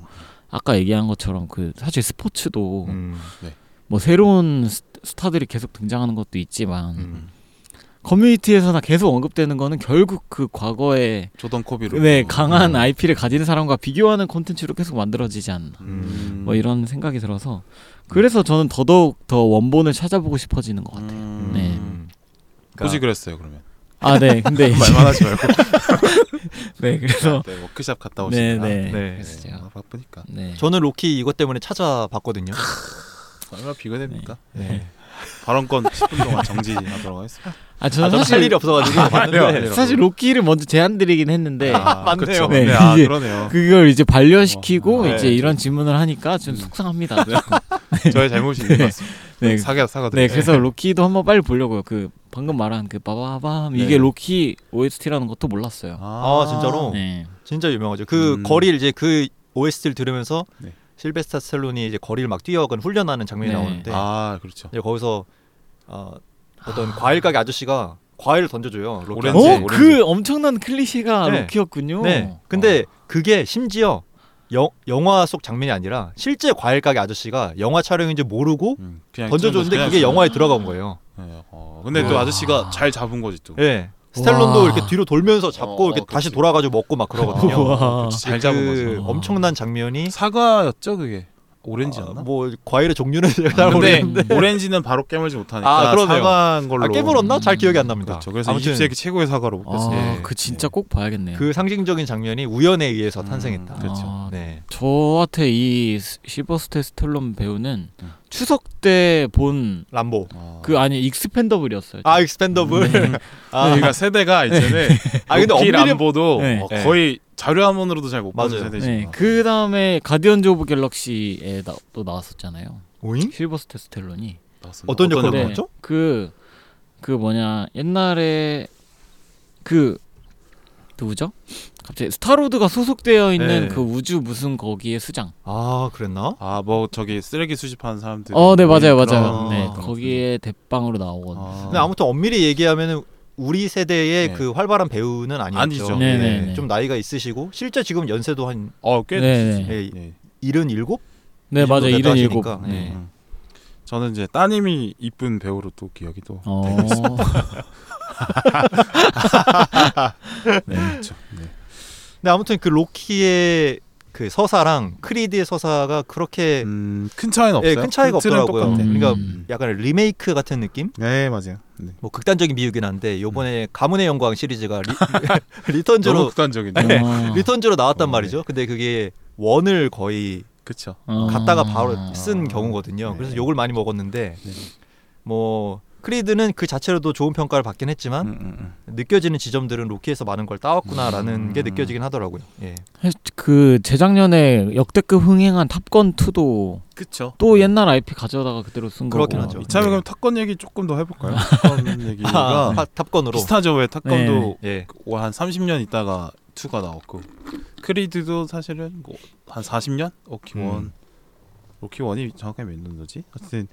Speaker 3: 아까 얘기한 것처럼 그 사실 스포츠도
Speaker 2: 음.
Speaker 3: 뭐 새로운 스- 스타들이 계속 등장하는 것도 있지만
Speaker 2: 음.
Speaker 3: 커뮤니티에서나 계속 언급되는 거는 결국 그 과거에
Speaker 1: 조던 코비로. 음.
Speaker 3: 네 강한 IP를 가진 사람과 비교하는 콘텐츠로 계속 만들어지지 않나
Speaker 1: 음.
Speaker 3: 뭐 이런 생각이 들어서 그래서 저는 더더욱 더 원본을 찾아보고 싶어지는 것 같아요.
Speaker 1: 음.
Speaker 3: 네.
Speaker 2: 음.
Speaker 1: 굳이 그랬어요 그러면.
Speaker 3: 아, 네. 근데 이제-
Speaker 1: 말만 하지 말고.
Speaker 3: 네, 그래서
Speaker 1: 네, 워크샵 갔다
Speaker 3: 네,
Speaker 1: 오시니까.
Speaker 3: 네.
Speaker 2: 네.
Speaker 3: 그래서 제가
Speaker 1: 바쁘니까.
Speaker 3: 네.
Speaker 2: *laughs* 저는 로키 이것 때문에 찾아봤거든요.
Speaker 1: 얼마나 비교됩니까?
Speaker 2: 네.
Speaker 1: 발언권 10분 동안 정지하도록 하겠습니다.
Speaker 3: 아,
Speaker 2: 아,
Speaker 3: 저는
Speaker 2: 저는 할
Speaker 3: 사실 네,
Speaker 2: 일이 없어가지고 봤는데
Speaker 3: 사실 로키를 먼저 제안드리긴 했는데
Speaker 1: 아,
Speaker 2: 맞네요.
Speaker 1: 그쵸.
Speaker 3: 네,
Speaker 1: 네, 아,
Speaker 3: 이제-
Speaker 1: 그러네요.
Speaker 3: 그걸 이제 반려시키고
Speaker 1: 어, 네.
Speaker 3: 이제 이런 질문을 하니까 좀 속상합니다. 조금.
Speaker 1: 저의 잘못이 있는 것 같습니다.
Speaker 3: 네.
Speaker 1: 사과 사과드립니다.
Speaker 3: 네, 그래서 로키도 한번 빨리 보려고요. 그 방금 말한 그 빠바밤 이게
Speaker 1: 네.
Speaker 3: 로키 OST라는 것도 몰랐어요.
Speaker 2: 아, 진짜로?
Speaker 3: 네.
Speaker 2: 진짜 유명하죠. 그
Speaker 1: 음.
Speaker 2: 거리를 이제 그 OST를 들으면서
Speaker 1: 네.
Speaker 2: 실베스타 스텔론이 이제 거리를 막 뛰어간 훈련하는 장면이
Speaker 3: 네.
Speaker 2: 나오는데
Speaker 1: 아 그렇죠.
Speaker 2: 이제 거기서 어, 어떤 과일 가게 아저씨가 과일을 던져줘요. 로키
Speaker 1: 오렌지.
Speaker 3: 어,
Speaker 2: 한
Speaker 1: 오렌지.
Speaker 3: 그 엄청난 클리셰가
Speaker 2: 네.
Speaker 3: 로키였군요.
Speaker 2: 네.
Speaker 1: 어.
Speaker 2: 근데 그게 심지어 여- 영화 속 장면이 아니라 실제 과일 가게 아저씨가 영화 촬영인지 모르고
Speaker 1: 음, 그냥
Speaker 2: 던져줬는데
Speaker 1: 그냥
Speaker 2: 그게
Speaker 1: 좀-
Speaker 2: 영화에 들어간 거예요.
Speaker 1: 네, 어, 근데 또
Speaker 3: 와.
Speaker 1: 아저씨가 잘 잡은 거지 또.
Speaker 2: 예. 스텔론도
Speaker 3: 와.
Speaker 2: 이렇게 뒤로 돌면서 잡고
Speaker 1: 어,
Speaker 2: 이렇게
Speaker 1: 어,
Speaker 2: 다시
Speaker 1: 그치.
Speaker 2: 돌아가지고 먹고 막 그러거든요.
Speaker 1: *laughs*
Speaker 3: 어. 우와.
Speaker 1: 그치, 어, 잘 잡은
Speaker 2: 그
Speaker 1: 거죠.
Speaker 2: 엄청난 장면이
Speaker 1: 사과였죠 그게. 오렌지였나?
Speaker 2: 아, 뭐
Speaker 1: *laughs*
Speaker 2: 과일의 종류는 제가 *laughs* 잘
Speaker 1: 근데
Speaker 2: 모르겠는데
Speaker 1: 오렌지는 바로 깨물지 못하니까
Speaker 2: 아, 그러네요.
Speaker 1: 사과인 걸로.
Speaker 2: 아, 깨물었나? 잘 기억이 안 납니다.
Speaker 1: 그렇죠. 그래서
Speaker 2: 아무튼
Speaker 1: 20세기 최고의 사과로
Speaker 3: 아,
Speaker 1: 뽑혔어요.
Speaker 2: 예.
Speaker 3: 그 진짜 꼭 봐야겠네요.
Speaker 2: 그 상징적인 장면이 우연에 의해서
Speaker 1: 음,
Speaker 2: 탄생했다.
Speaker 1: 그렇죠.
Speaker 3: 아,
Speaker 2: 네.
Speaker 3: 저한테 이 시- 실버스테 스텔론 배우는
Speaker 1: 음.
Speaker 3: 추석 때 본 그
Speaker 2: 람보.
Speaker 1: 아.
Speaker 3: 아니 익스펜더블이었어요.
Speaker 2: 아, 익스펜더블.
Speaker 3: 네.
Speaker 2: 아,
Speaker 1: 그러니까 세대가 이제는
Speaker 2: 아, 근데
Speaker 1: 로키
Speaker 2: 엄밀히
Speaker 1: 음, 네. 람보도
Speaker 3: 네.
Speaker 1: 어,
Speaker 2: 네.
Speaker 1: 거의 자료 한 번으로도 잘 못
Speaker 2: 맞아요.
Speaker 1: 봤는
Speaker 3: 네.
Speaker 1: 세대지만.
Speaker 3: 그 다음에 가디언즈 오브 갤럭시에 나, 또 나왔었잖아요.
Speaker 2: 오잉?
Speaker 3: 실버스테 스텔론이
Speaker 1: 나왔었나?
Speaker 2: 어떤 역할을
Speaker 3: 네.
Speaker 2: 맡았죠?
Speaker 3: 그그 뭐냐 옛날에 그 누구죠? 갑자기 스타로드가 소속되어
Speaker 2: 네.
Speaker 3: 있는 그 우주 무슨 거기에 수장.
Speaker 2: 아, 그랬나?
Speaker 1: 아뭐 저기 쓰레기 수집하는 사람들.
Speaker 3: 어, 네 맞아요,
Speaker 1: 그런
Speaker 3: 맞아요.
Speaker 2: 아,
Speaker 3: 네
Speaker 1: 그런
Speaker 3: 거기에 대빵으로 나오거든요.
Speaker 1: 아.
Speaker 2: 네. 근데 아무튼 엄밀히 얘기하면 우리 세대의
Speaker 1: 네.
Speaker 2: 그 활발한 배우는 아니었죠.
Speaker 1: 아니죠.
Speaker 3: 네, 네,
Speaker 2: 예,
Speaker 3: 네.
Speaker 2: 좀 나이가 있으시고 실제 지금 연세도 한
Speaker 1: 어꽤
Speaker 3: 네, 네.
Speaker 2: 예,
Speaker 1: 네.
Speaker 2: 77?
Speaker 3: 네
Speaker 2: 이 정도
Speaker 3: 맞아요.
Speaker 2: 됐다
Speaker 3: 이런 일곱.
Speaker 2: 하시니까.
Speaker 3: 네.
Speaker 2: *laughs*
Speaker 1: 음. 저는 이제 따님이 이쁜 배우로 또 기억이 또
Speaker 3: 어.
Speaker 1: 네, 그렇죠. 네.
Speaker 2: 근데 아무튼 그 로키의 그 서사랑 크리드의 서사가 그렇게
Speaker 1: 음, 큰 차이는 없어요.
Speaker 2: 예, 네. 큰 차이가
Speaker 1: 틀은
Speaker 2: 없더라고요.
Speaker 1: 똑같아요.
Speaker 3: 음.
Speaker 2: 그러니까 약간 리메이크 같은 느낌?
Speaker 1: 네 맞아요. 네.
Speaker 2: 뭐 극단적인 비유긴 한데 요번에 가문의 영광 시리즈가
Speaker 1: *laughs*
Speaker 2: *laughs* 리,
Speaker 1: 음. 너무 음,
Speaker 2: 리턴즈로 *laughs* 네.
Speaker 1: 극단적인데.
Speaker 3: 아.
Speaker 2: 리턴즈로 나왔단
Speaker 1: 어,
Speaker 2: 말이죠. 근데 그게 원을 거의
Speaker 1: 그렇죠.
Speaker 3: 어.
Speaker 2: 갔다가 바로 쓴
Speaker 1: 아.
Speaker 2: 경우거든요.
Speaker 1: 네.
Speaker 2: 그래서 욕을 많이 먹었는데
Speaker 1: 네.
Speaker 2: 뭐 크리드는 그 자체로도 좋은 평가를 받긴 했지만
Speaker 1: 음, 음, 음.
Speaker 2: 느껴지는 지점들은 로키에서 많은 걸 따왔구나라는
Speaker 1: 음.
Speaker 2: 게 느껴지긴 하더라고요. 예.
Speaker 3: 그 재작년에 역대급 흥행한 탑건 2도
Speaker 1: 그쵸.
Speaker 3: 또 옛날 IP 가져다가 그대로 쓴 거고.
Speaker 2: 그렇긴 하죠.
Speaker 1: 뭐, 이참에
Speaker 2: 네.
Speaker 1: 그럼 탑건 얘기 조금 더
Speaker 2: *laughs*
Speaker 1: 해볼까요? 탑건 얘기가
Speaker 2: 아, *laughs* 탑- 탑건으로.
Speaker 1: 비슷하죠. 왜 탑건도
Speaker 2: 예.
Speaker 1: 오, 한 30년 있다가 2가 나왔고 크리드도 사실은 뭐한 40년? 로키
Speaker 2: 음.
Speaker 1: 원 로키 원이 정확하게 몇 년도지? 하여튼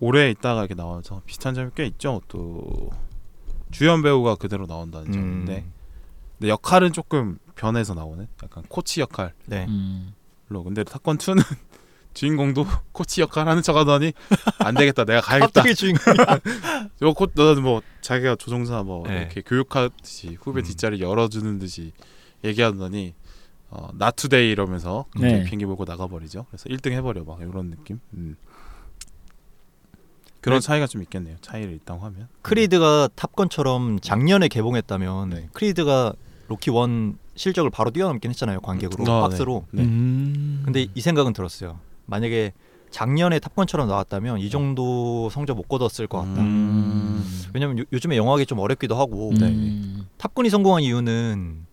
Speaker 1: 오래 있다가 이렇게 나와서 비슷한 점이 꽤 있죠. 또 주연 배우가 그대로 나온다는
Speaker 2: 음.
Speaker 1: 점인데 근데 역할은 조금 변해서 나오는 약간 코치 역할로
Speaker 2: 네.
Speaker 3: 음.
Speaker 1: 근데 탑건 2는 *laughs* 주인공도 *laughs* 코치 역할 하는 척 하더니 안 되겠다 내가 가야겠다
Speaker 2: 갑자기 주인공.
Speaker 1: 요코는뭐 자기가 조종사 뭐
Speaker 2: 네.
Speaker 1: 이렇게 교육하듯이 후배
Speaker 2: 음.
Speaker 1: 뒷자리 열어주는 듯이 얘기하더니 어, not today 이러면서 갑자기
Speaker 3: 네.
Speaker 1: 비행기 몰고 나가버리죠. 그래서 1등 해버려 막 이런 느낌. 음. 그런
Speaker 2: 네.
Speaker 1: 차이가 좀 있겠네요. 차이를 일단 하면.
Speaker 2: 크리드가 탑건처럼 작년에 개봉했다면
Speaker 1: 네.
Speaker 2: 크리드가 로키 원 실적을 바로 뛰어넘긴 했잖아요. 관객으로
Speaker 1: 아,
Speaker 2: 박스로.
Speaker 1: 네.
Speaker 3: 음.
Speaker 2: 근데 이 생각은 들었어요. 만약에 작년에 탑건처럼 나왔다면 이 정도 성적 못 거뒀을 것 같다.
Speaker 1: 음.
Speaker 2: 왜냐면 요, 즘에 영화하기 좀 어렵기도 하고
Speaker 3: 음.
Speaker 1: 네.
Speaker 2: 탑건이 성공한 이유는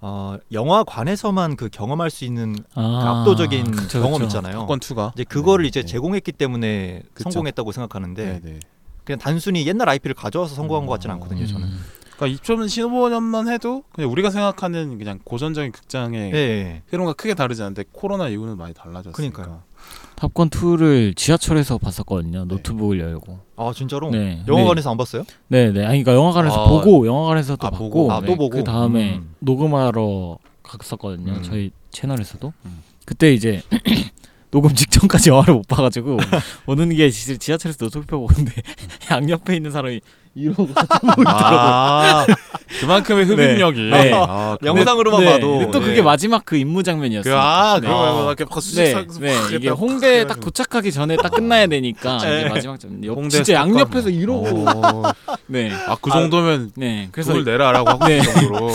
Speaker 2: 어, 영화관에서만 그 경험할 수 있는 그
Speaker 3: 아, 그렇죠.
Speaker 2: 압도적인
Speaker 3: 그쵸,
Speaker 2: 경험
Speaker 3: 그쵸.
Speaker 2: 있잖아요.
Speaker 1: 탑건 2가
Speaker 2: 이제 그거를 이제
Speaker 1: 네.
Speaker 2: 제공했기 때문에
Speaker 1: 그쵸.
Speaker 2: 성공했다고 생각하는데
Speaker 1: 네. 네.
Speaker 2: 그냥 단순히 옛날 IP를 가져와서 성공한
Speaker 1: 음.
Speaker 2: 것 같진 않거든요.
Speaker 3: 음.
Speaker 2: 저는.
Speaker 1: 그러니까 2015년만 해도 그냥 우리가 생각하는 그냥 고전적인 극장의
Speaker 2: 예, 예.
Speaker 1: 흐름과 크게 다르지 않은데 코로나 이후는 많이 달라졌으니까.
Speaker 2: 그러니까요.
Speaker 3: 탑건 2를 지하철에서 봤었거든요. 노트북을 열고.
Speaker 2: 아 진짜로?
Speaker 3: 네.
Speaker 2: 네. 영화관에서 안 봤어요?
Speaker 3: 네, 네. 아니 그러니까 영화관에서
Speaker 2: 아.
Speaker 3: 보고 영화관에서도
Speaker 1: 아,
Speaker 3: 봤고
Speaker 1: 보고.
Speaker 2: 아, 또
Speaker 3: 네,
Speaker 2: 보고.
Speaker 3: 그 다음에
Speaker 2: 음.
Speaker 3: 녹음하러 갔었거든요.
Speaker 2: 음.
Speaker 3: 저희 채널에서도.
Speaker 1: 음.
Speaker 3: 그때 이제 *clears throat* 녹음 직전까지 영화를 못 봐가지고 *laughs* 오는 게 지- 지하철에서 노트북 펴고 오는데 *laughs* 양옆에 있는 사람이 *laughs* 네. 이러고
Speaker 1: 아, 그만큼의 흡입력이.
Speaker 3: 네.
Speaker 1: 아, 그거-
Speaker 2: 영상으로만
Speaker 3: 네.
Speaker 2: 봐도.
Speaker 3: 근데 또
Speaker 2: 예.
Speaker 3: 그게 마지막 그 임무 장면이었어요.
Speaker 1: 그, 아,
Speaker 3: 네.
Speaker 1: 그거 말고 막 이렇게 박수
Speaker 3: 네,
Speaker 1: 치면서
Speaker 3: 네.
Speaker 1: 막
Speaker 3: 이게
Speaker 1: 이렇게
Speaker 3: 홍대에 딱
Speaker 1: 해가지고.
Speaker 3: 도착하기 전에 딱 끝나야
Speaker 1: *laughs*
Speaker 3: 되니까
Speaker 2: 네.
Speaker 3: 이게 마지막 장면. 옆-
Speaker 1: 홍대 그 습관.
Speaker 3: 진짜
Speaker 1: 어.
Speaker 3: 양옆에서 이러고.
Speaker 1: 오.
Speaker 3: 네,
Speaker 1: 아, 그 정도면
Speaker 3: 네.
Speaker 1: 그래서
Speaker 3: 그래서
Speaker 1: 돈을 내라라고 하고
Speaker 3: 네.
Speaker 1: 있을 정도로.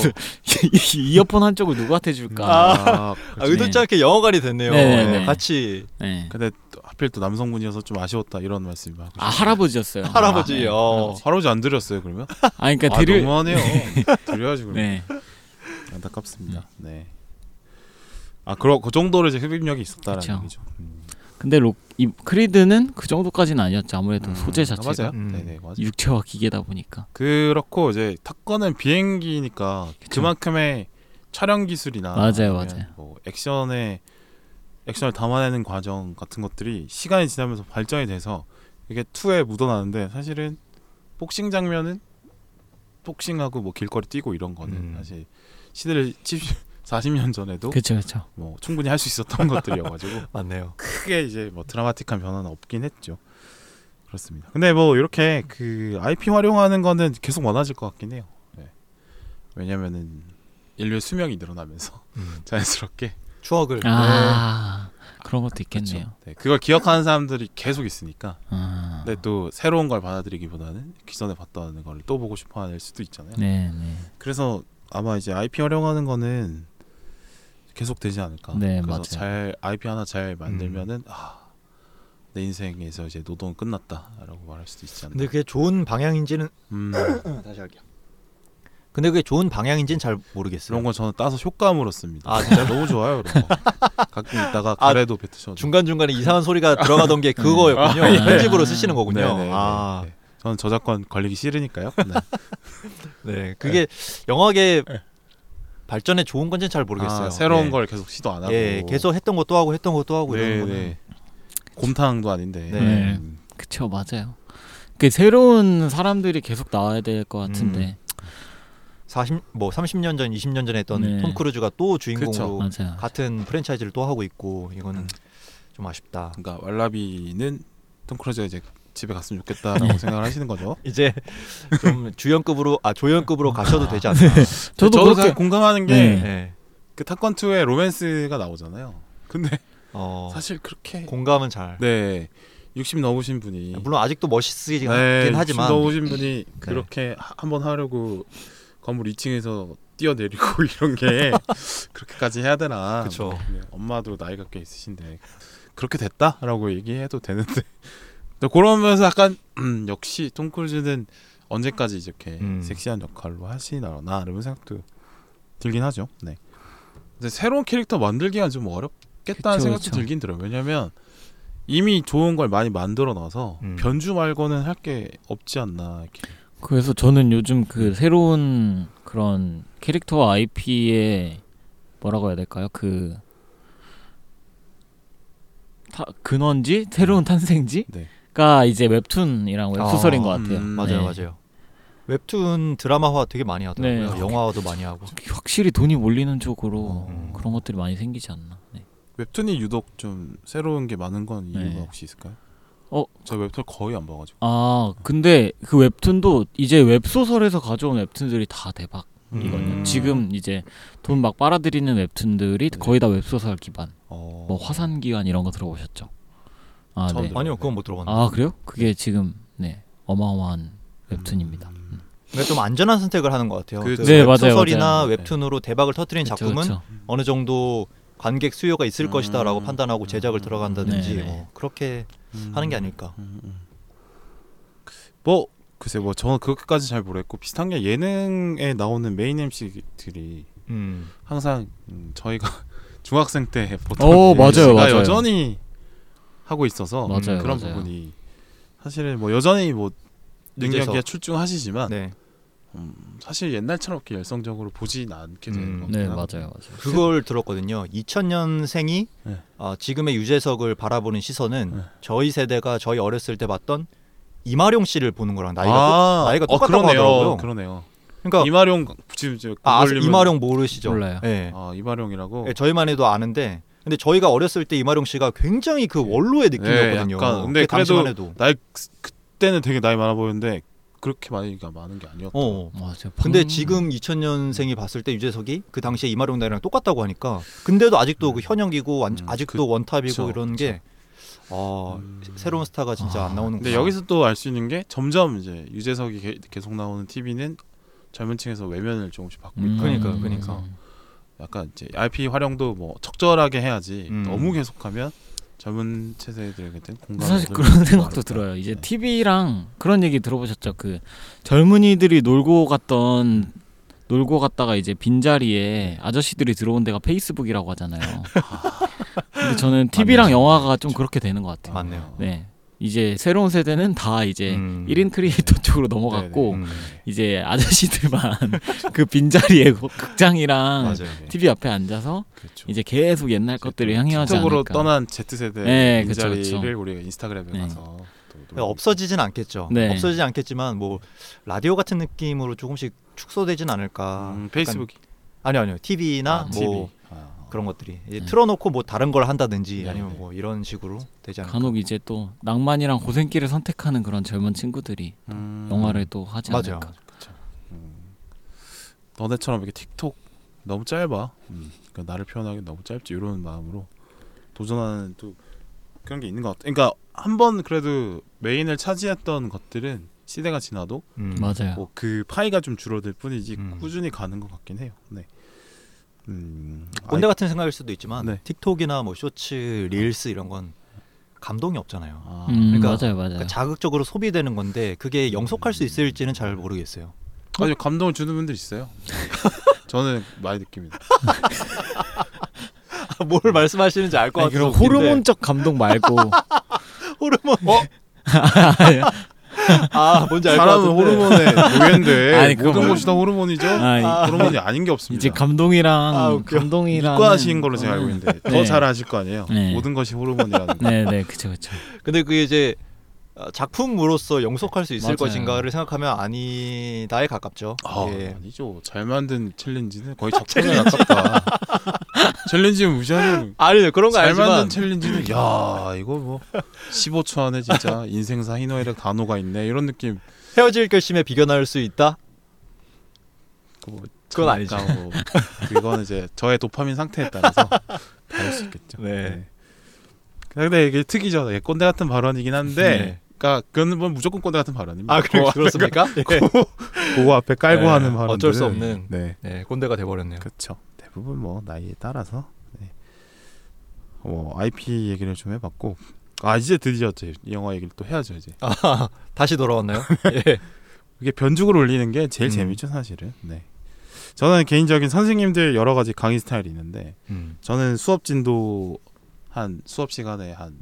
Speaker 3: *laughs* 이어폰 한쪽을 누구한테 줄까?
Speaker 1: 아,
Speaker 2: 아,
Speaker 1: 그렇지.
Speaker 2: 의도치 않게 영화관이 됐네요.
Speaker 3: 네, 네,
Speaker 2: 네,
Speaker 3: 네.
Speaker 2: 같이
Speaker 3: 네.
Speaker 1: 근데 또 하필 또 남성분이어서 좀 아쉬웠다 이런 말씀이 막.
Speaker 3: 아 할아버지였어요.
Speaker 2: 할아버지.
Speaker 3: 아,
Speaker 2: 어.
Speaker 1: 할아버지 안 드렸어요 그러면?
Speaker 3: 아 그러니까
Speaker 1: 아,
Speaker 3: 드릴
Speaker 1: 너무하네요. 드려야지 그러면.
Speaker 3: 네.
Speaker 1: 안타깝습니다. 네. 아, 그러, 그 정도로 이제 흡입력이 있었다라는
Speaker 3: 그쵸.
Speaker 1: 얘기죠. 음.
Speaker 3: 근데 록, 이 크리드는 그 정도까지는 아니었죠. 아무래도
Speaker 1: 음,
Speaker 3: 소재
Speaker 1: 맞아요.
Speaker 3: 자체가
Speaker 2: 음.
Speaker 1: 네네 맞아요.
Speaker 3: 육체와 기계다 보니까.
Speaker 1: 그렇고 이제 탑건은 비행기니까 그만큼의 촬영 기술이나
Speaker 3: 맞아요,
Speaker 1: 아니면
Speaker 3: 맞아요.
Speaker 1: 뭐 액션에 액션을 담아내는 과정 같은 것들이 시간이 지나면서 발전이 돼서 이게 투에 묻어나는데 사실은 복싱 장면은 복싱하고 뭐 길거리 뛰고 이런 거는
Speaker 2: 음.
Speaker 1: 사실 시대를 *laughs* 70, 40년 전에도
Speaker 3: 그렇죠, 그렇죠.
Speaker 1: 뭐 충분히 할 수 있었던 것들이어가지고
Speaker 2: 맞네요.
Speaker 1: 크게 이제 뭐 드라마틱한 변화는 없긴 했죠. 그렇습니다. 근데 뭐 이렇게 그 IP 활용하는 거는 계속 많아질 것 같긴 해요. 네. 왜냐면은 인류의 수명이 늘어나면서 *laughs*
Speaker 2: 음.
Speaker 1: 자연스럽게
Speaker 2: 추억을. 네.
Speaker 3: 아 그런 것도 있겠네요.
Speaker 1: 네. 그렇죠. 네, 그걸 기억하는 사람들이 계속 있으니까.
Speaker 3: 아.
Speaker 1: 근데 또 새로운 걸 받아들이기보다는 기존에 봤던 걸 또 보고 싶어하는 수도 있잖아요.
Speaker 3: 네, 네.
Speaker 1: 그래서 아마 이제 IP 활용하는 거는 계속 되지 않을까.
Speaker 3: 네,
Speaker 1: 그래서
Speaker 3: 맞아요.
Speaker 1: 잘 IP 하나 잘 만들면은
Speaker 2: 음.
Speaker 1: 아, 내 인생에서 이제 노동 은 끝났다라고 말할 수도 있지 않나.
Speaker 2: 근데 그게 좋은 방향인지는
Speaker 1: 음,
Speaker 2: 다시 할게요. 근데 그게 좋은 방향인지는 잘 모르겠어요.
Speaker 1: 이런 건 저는 따서 효과음으로 씁니다.
Speaker 2: 아,
Speaker 1: 진짜 너무 좋아요. 그런 거. 가끔 있다가
Speaker 2: 아,
Speaker 1: 가래도 뱉으셔도.
Speaker 2: 중간 중간에 이상한 소리가 들어가던 게 그거였군요.
Speaker 3: 아, 예.
Speaker 2: 편집으로 쓰시는 거군요.
Speaker 1: 네, 네, 네,
Speaker 2: 아,
Speaker 1: 네. 저는 저작권 걸리기 싫으니까요.
Speaker 2: *laughs*
Speaker 1: 네.
Speaker 2: 네, 그게 영화계 발전에 좋은 건지는 잘 모르겠어요.
Speaker 1: 아, 새로운
Speaker 2: 예.
Speaker 1: 걸 계속 시도 안 하고.
Speaker 2: 예, 계속 했던 것도 하고 했던 것도 하고
Speaker 1: 네,
Speaker 2: 이러는 거는
Speaker 1: 네. 곰탕도 아닌데.
Speaker 2: 네.
Speaker 1: 음.
Speaker 3: 그쵸, 맞아요. 그 새로운 사람들이 계속 나와야 될 것
Speaker 1: 음.
Speaker 3: 같은데.
Speaker 2: 40, 뭐 30년 전, 20년 전에 했던
Speaker 3: 네.
Speaker 2: 톰 크루즈가 또 주인공으로
Speaker 1: 그쵸.
Speaker 3: 맞아요.
Speaker 2: 같은 프랜차이즈를 또 하고 있고 이거는 좀 아쉽다.
Speaker 1: 그러니까 왈라비는 톰 크루즈가 이제 집에 갔으면 좋겠다라고
Speaker 3: 네.
Speaker 1: 생각을 하시는 거죠.
Speaker 2: 이제 좀 주연급으로 아 조연급으로 가셔도 되지 않나.
Speaker 3: 저도,
Speaker 1: 저도
Speaker 3: 그렇게
Speaker 1: 사실 공감하는 게
Speaker 3: 네.
Speaker 1: 그
Speaker 2: 네.
Speaker 1: 탑건 2의 로맨스가 나오잖아요. 근데
Speaker 2: 어,
Speaker 1: 사실 그렇게
Speaker 2: 공감은 잘.
Speaker 1: 네. 60 넘으신 분이
Speaker 3: 네.
Speaker 2: 물론 아직도 멋있긴
Speaker 1: 네,
Speaker 2: 하지만
Speaker 1: 60 넘으신 분이 그렇게 하- 한번 하려고 건물 2층에서 뛰어내리고 *laughs* 이런
Speaker 2: *laughs*
Speaker 1: 게 그렇게까지 해야 되나.
Speaker 2: 그쵸.
Speaker 1: 네, 엄마도 나이가 꽤 있으신데 그렇게 됐다라고 얘기해도 되는데 근데 그러면서 약간 음, 역시 톰 크루즈는 언제까지 이렇게
Speaker 2: 음.
Speaker 1: 섹시한 역할로 하시나나 이런 생각도 들긴 하죠. 네. 근데 새로운 캐릭터 만들기가 좀 어렵겠다는
Speaker 3: 그쵸,
Speaker 1: 생각도
Speaker 3: 그쵸.
Speaker 1: 들긴 들어요. 왜냐면 이미 좋은 걸 많이 만들어 놔서
Speaker 2: 음.
Speaker 1: 변주 말고는 할 게 없지 않나 이렇게.
Speaker 3: 그래서 저는 요즘
Speaker 2: 음.
Speaker 3: 그 새로운 그런 캐릭터와 IP의 뭐라고 해야 될까요? 그 타, 근원지 새로운
Speaker 1: 네.
Speaker 3: 탄생지가 이제 웹툰이랑
Speaker 2: 음.
Speaker 3: 웹소설인
Speaker 2: 아,
Speaker 3: 것 같아요.
Speaker 1: 음,
Speaker 2: 맞아요,
Speaker 3: 네.
Speaker 2: 맞아요. 웹툰 드라마화 되게 많이 하더라고요.
Speaker 3: 네.
Speaker 2: 영화화도 많이 하고.
Speaker 3: 확실히 돈이 몰리는 쪽으로
Speaker 2: 음.
Speaker 3: 그런 것들이 많이 생기지 않나. 네.
Speaker 1: 웹툰이 유독 좀 새로운 게 많은 건 이유가
Speaker 3: 네.
Speaker 1: 혹시 있을까요?
Speaker 3: 어?
Speaker 1: 저 웹툰 거의 안 봐가지고.
Speaker 3: 아 근데 그 웹툰도 이제 웹소설에서 가져온 웹툰들이 다 대박. 이거는
Speaker 2: 음. 네.
Speaker 3: 지금 이제 돈 막 빨아들이는 웹툰들이 거의 다 웹소설 기반.
Speaker 1: 어...
Speaker 3: 뭐 화산 기간 이런 거 들어보셨죠? 아
Speaker 1: 처음
Speaker 3: 네.
Speaker 1: 들어요.
Speaker 2: 아니요, 그건 못 들어봤는데.
Speaker 3: 아 그래요? 그게 지금 네 어마어마한 웹툰입니다.
Speaker 1: 음.
Speaker 2: 근데 좀 안전한 선택을 하는 것 같아요.
Speaker 1: 그쵸.
Speaker 3: 네, 맞아요,
Speaker 2: 소설이나
Speaker 3: 맞아요.
Speaker 2: 웹툰으로 대박을 터뜨린
Speaker 3: 그쵸,
Speaker 2: 작품은
Speaker 3: 그쵸.
Speaker 2: 어느 정도 관객 수요가 있을
Speaker 1: 음.
Speaker 2: 것이다라고 판단하고 제작을
Speaker 1: 음.
Speaker 2: 들어간다든지
Speaker 3: 네, 네.
Speaker 2: 뭐 그렇게
Speaker 1: 음.
Speaker 2: 하는 게 아닐까.
Speaker 1: 음, 음. 뭐 글쎄 뭐 저는 그렇게까지 잘 모르겠고 비슷한 게 예능에 나오는 메인 MC들이
Speaker 2: 음.
Speaker 1: 항상 음, 저희가 *laughs* 중학생 때 보던
Speaker 3: 어, 맞아요,
Speaker 1: MC가
Speaker 3: 맞아요.
Speaker 1: 여전히 하고 있어서
Speaker 3: 맞아요,
Speaker 1: 그런
Speaker 3: 맞아요.
Speaker 1: 부분이 사실은 뭐 여전히 뭐 능력이
Speaker 2: 유재석.
Speaker 1: 출중하시지만
Speaker 2: 네.
Speaker 1: 사실 옛날처럼 이렇게 열성적으로 보진 않게 되는
Speaker 2: 음.
Speaker 1: 것
Speaker 3: 네
Speaker 1: 같긴
Speaker 3: 맞아요
Speaker 1: 하거든요.
Speaker 3: 맞아요.
Speaker 2: 그걸 들었거든요. 2000년생이 아,
Speaker 1: 네.
Speaker 2: 지금의 유재석을 바라보는 시선은
Speaker 1: 네.
Speaker 2: 저희 세대가 저희 어렸을 때 봤던 이마룡 씨를 보는 거랑 나이가
Speaker 1: 아,
Speaker 2: 똑- 나이가
Speaker 1: 어,
Speaker 2: 똑같다고
Speaker 1: 그러네요.
Speaker 2: 하더라고요.
Speaker 1: 그러네요.
Speaker 2: 그러니까
Speaker 1: 이마룡 지금 저
Speaker 2: 아, 아세-
Speaker 1: 그걸리면-
Speaker 2: 이마룡 모르시죠?
Speaker 3: 몰라요.
Speaker 2: 네.
Speaker 1: 아 이마룡이라고
Speaker 2: 예, 저희만 해도 아는데 근데 저희가 어렸을 때 이마룡 씨가 굉장히 그 원로의 느낌이었거든요.
Speaker 1: 예, 네. 약간. 근데
Speaker 2: 그 당시만
Speaker 1: 그래도
Speaker 2: 해도
Speaker 1: 나이 그때는 되게 나이 많아 보였는데 그렇게 많이가 많은 게 아니었다.
Speaker 2: 어, 어.
Speaker 3: 맞아요.
Speaker 2: 근데
Speaker 3: 방-
Speaker 2: 지금 2000년생이 봤을 때 유재석이 그 당시에 이마룡 나이랑 똑같다고 하니까 근데도 아직도
Speaker 1: 음.
Speaker 2: 그 현역이고 완-
Speaker 1: 음,
Speaker 2: 아직도 원탑이고
Speaker 1: 그쵸,
Speaker 2: 이런 게 어,
Speaker 1: 음.
Speaker 2: 새로운 스타가 진짜
Speaker 3: 아,
Speaker 2: 안 나오는
Speaker 1: 근데 여기서 또 알 수 있는 게 점점 이제 유재석이 게- 계속 나오는 TV는 젊은 층에서 외면을 조금씩
Speaker 3: 음.
Speaker 1: 받고 있다.
Speaker 2: 그러니까, 그러니까.
Speaker 1: 약간 이제 IP 활용도 뭐 적절하게 해야지
Speaker 2: 음.
Speaker 1: 너무 계속하면 젊은 세대들에게는
Speaker 3: 근데
Speaker 1: 공감.
Speaker 3: 사실 그런 생각도 들어요. 이제
Speaker 1: 네.
Speaker 3: TV랑 그런 얘기 들어보셨죠? 그 젊은이들이 놀고 갔던 놀고 갔다가 이제 빈자리에 아저씨들이 들어온 데가
Speaker 2: *laughs*
Speaker 3: 페이스북이라고 하잖아요. 근데 저는 TV랑 영화가 좀 그렇게 되는 것 같아요.
Speaker 2: 맞네요.
Speaker 3: 네. 이제 새로운 세대는 다 이제
Speaker 2: 음.
Speaker 3: 1인 크리에이터 쪽으로 넘어갔고 이제 아저씨들만 *laughs* 그 빈자리에 고- 극장이랑
Speaker 2: 맞아요.
Speaker 3: TV 앞에 앉아서
Speaker 1: 그렇죠.
Speaker 3: 이제 계속 옛날 것들을 향유하지
Speaker 1: 쪽으로
Speaker 3: 않을까.
Speaker 1: 떠난 Z 세대
Speaker 3: 네, 그쵸,
Speaker 1: 인자리를
Speaker 3: 그쵸.
Speaker 1: 우리가 인스타그램에
Speaker 3: 네.
Speaker 1: 가서 또 놀고
Speaker 2: 없어지진 않겠죠.
Speaker 3: 네.
Speaker 2: 없어지진 않겠지만 뭐 라디오 같은 느낌으로 조금씩 축소되진 않을까.
Speaker 1: 음, 페이스북
Speaker 2: 아니 아니요. TV나
Speaker 1: 아, TV.
Speaker 2: 뭐
Speaker 1: 아.
Speaker 2: 그런 것들이 이제
Speaker 3: 네.
Speaker 2: 틀어놓고 뭐 다른 걸 한다든지
Speaker 1: 네,
Speaker 2: 아니면
Speaker 1: 네.
Speaker 2: 뭐 이런 식으로 되지 않을까.
Speaker 3: 간혹 이제 또 낭만이랑 고생길을 선택하는 그런 젊은 친구들이
Speaker 1: 음.
Speaker 3: 영화를 또 하지
Speaker 2: 맞아요.
Speaker 3: 않을까.
Speaker 1: 음. 너네처럼 이렇게 틱톡 너무 짧아. 음. 그러니까 나를 표현하기 너무 짧지 이런 마음으로 도전하는 또 그런 게 있는 것 같아. 그러니까 한 번 그래도 메인을 차지했던 것들은 시대가 지나도
Speaker 2: 음.
Speaker 3: 맞아요.
Speaker 1: 뭐 그 파이가 좀 줄어들 뿐이지
Speaker 2: 음.
Speaker 1: 꾸준히 가는 것 같긴 해요. 네. 음.
Speaker 3: 아,
Speaker 2: 꼰대 같은 생각일 수도 있지만
Speaker 1: 네.
Speaker 2: 틱톡이나 뭐 쇼츠, 릴스 이런 건 감동이 없잖아요.
Speaker 1: 아,
Speaker 3: 음,
Speaker 2: 그러니까-
Speaker 3: 맞아요, 맞아요.
Speaker 2: 그러니까 자극적으로 소비되는 건데 그게 영속할 수 있을지는 잘 모르겠어요.
Speaker 1: 아주 감동을 주는 분들
Speaker 3: *laughs*
Speaker 1: 있어요. 저는 많이 느낍니다.
Speaker 2: *laughs* 뭘 말씀하시는지 알 것
Speaker 3: 아니,
Speaker 2: 같아요.
Speaker 3: 그런 호르몬적 감동
Speaker 1: *laughs*
Speaker 3: 말고
Speaker 2: 호르몬. 어?
Speaker 3: *laughs*
Speaker 2: 아 뭔지 알것
Speaker 1: 사람은
Speaker 2: 같은데.
Speaker 1: 호르몬에 노예인데
Speaker 3: *laughs* 아니, 그거
Speaker 1: 모든
Speaker 3: 말-
Speaker 1: 것이 다 호르몬이죠.
Speaker 3: 아니,
Speaker 1: 호르몬이 아닌 게 없습니다.
Speaker 3: 이제 감동이랑
Speaker 2: 아, 웃겨.
Speaker 3: 감동이랑
Speaker 1: 이과 하신 걸로 제가 알고 있는데
Speaker 3: 네.
Speaker 1: 더 잘 아실 거 아니에요.
Speaker 3: 네.
Speaker 1: 모든 것이 호르몬이라는 거.
Speaker 3: 네, 네, 그렇죠, 그렇죠.
Speaker 2: 근데 그게 이제 어, 작품으로서 영속할 수 있을
Speaker 3: 맞아요.
Speaker 2: 것인가를 생각하면 아니다에 가깝죠.
Speaker 1: *laughs* 아,
Speaker 3: 네.
Speaker 2: 예.
Speaker 1: 아니죠. 잘 만든 챌린지는 *laughs* 거의 작품에 가깝다. 챌린지는 무시하는.
Speaker 2: 아니 네, 그런 거
Speaker 1: 잘
Speaker 2: 알지만
Speaker 1: 만든 챌린지는 *laughs* 야 이거 뭐 15초 안에 진짜 인생사 희노애락 단어가 있네 이런 느낌.
Speaker 2: 헤어질 결심에 비견할 수 있다.
Speaker 1: 뭐
Speaker 2: 그건
Speaker 1: 잠깐 뭐, 그건 이제 저의 도파민 상태에 따라서 다를 수 있겠죠.
Speaker 2: 네.
Speaker 1: 근데 이게 특이죠. 이게 꼰대 같은 발언이긴 한데,
Speaker 2: 네.
Speaker 1: 그러니까 그건 뭐 무조건 꼰대 같은 발언입니다.
Speaker 2: 아
Speaker 3: 뭐
Speaker 2: 그래,
Speaker 1: 그거
Speaker 2: 그렇습니까? 예.
Speaker 1: 그거 앞에 깔고
Speaker 2: 네,
Speaker 1: 하는 발언
Speaker 2: 어쩔 수 없는.
Speaker 1: 네
Speaker 2: 네, 꼰대가 돼버렸네요.
Speaker 1: 그렇죠 대부분 뭐 나이에 따라서 네. 뭐 IP 얘기를 좀 해봤고 아 이제 드디어 이제 이 영화 얘기를 또 해야죠 이제.
Speaker 2: 아, *laughs* 다시 돌아왔나요? 예.
Speaker 1: 이게 변죽을 올리는 게 제일
Speaker 2: 음.
Speaker 1: 재밌죠 사실은. 네. 저는 개인적인 선생님들 여러 가지 강의 스타일이 있는데
Speaker 2: 음.
Speaker 1: 저는 수업 진도 한 수업 시간에 한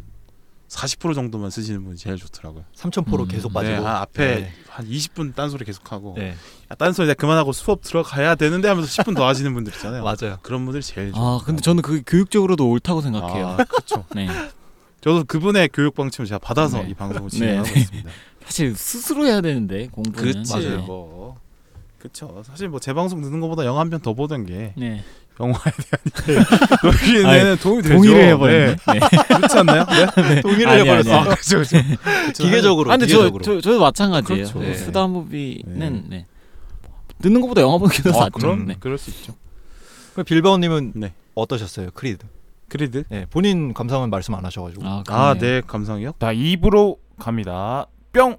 Speaker 1: 40% 정도만 쓰시는 분이 제일 좋더라고요.
Speaker 2: 삼천포로
Speaker 3: 음.
Speaker 2: 계속
Speaker 1: 네,
Speaker 2: 빠지고.
Speaker 1: 한 앞에
Speaker 2: 네.
Speaker 1: 한 20분 딴소리 계속하고
Speaker 2: 네.
Speaker 1: 야, 딴소리 이제 그만하고 수업 들어가야 되는데 하면서 10분 더 하시는 분들 있잖아요.
Speaker 2: 맞아요.
Speaker 1: 그런 분들 제일 좋아요.
Speaker 3: 아 근데 저는 그게 교육적으로도 옳다고 생각해요.
Speaker 1: 아, 그렇죠.
Speaker 3: *laughs* 네.
Speaker 1: 저도 그분의 교육 방침을 제가 받아서
Speaker 3: 네.
Speaker 1: 이 방송을
Speaker 3: *laughs* 네,
Speaker 1: 진행하고
Speaker 3: 네.
Speaker 1: 있습니다.
Speaker 3: 사실 스스로 해야 되는데 네. 공부는
Speaker 1: 그치
Speaker 2: 맞아요.
Speaker 1: 뭐 그쵸 사실 뭐 재방송 듣는 것보다 영화 한 편 더 보던
Speaker 3: *laughs*
Speaker 1: 게
Speaker 3: 네.
Speaker 1: 영화에 대한 여기는 도움이 되죠
Speaker 3: 동의를
Speaker 1: 네.
Speaker 3: 해버렸네. 네.
Speaker 1: 그렇지 않나요? 네?
Speaker 2: 동의를
Speaker 3: 아니,
Speaker 2: 해버렸어.
Speaker 3: 아니, 아니.
Speaker 1: 아 그쵸 그쵸
Speaker 2: *laughs* 기계적으로.
Speaker 3: 아, 근데 저,
Speaker 2: 기계적으로.
Speaker 3: 저 저도 마찬가지예요.
Speaker 1: 그렇죠.
Speaker 2: 네.
Speaker 3: 수다 무비는
Speaker 1: 네.
Speaker 3: 네. 듣는 것보다 영화 보는 게 더
Speaker 1: 아
Speaker 3: 낫죠.
Speaker 4: 음.
Speaker 1: 그럼
Speaker 3: 네.
Speaker 1: 그럴 수 있죠
Speaker 2: 그 빌바오님은
Speaker 1: 네.
Speaker 2: 어떠셨어요? 크리드.
Speaker 1: 크리드
Speaker 2: 예, 본인 감상은 말씀 안 하셔가지고.
Speaker 3: 아,
Speaker 1: 아
Speaker 3: 그러네요.
Speaker 1: 네 감상이요?
Speaker 4: 나 입으로 갑니다. 뿅.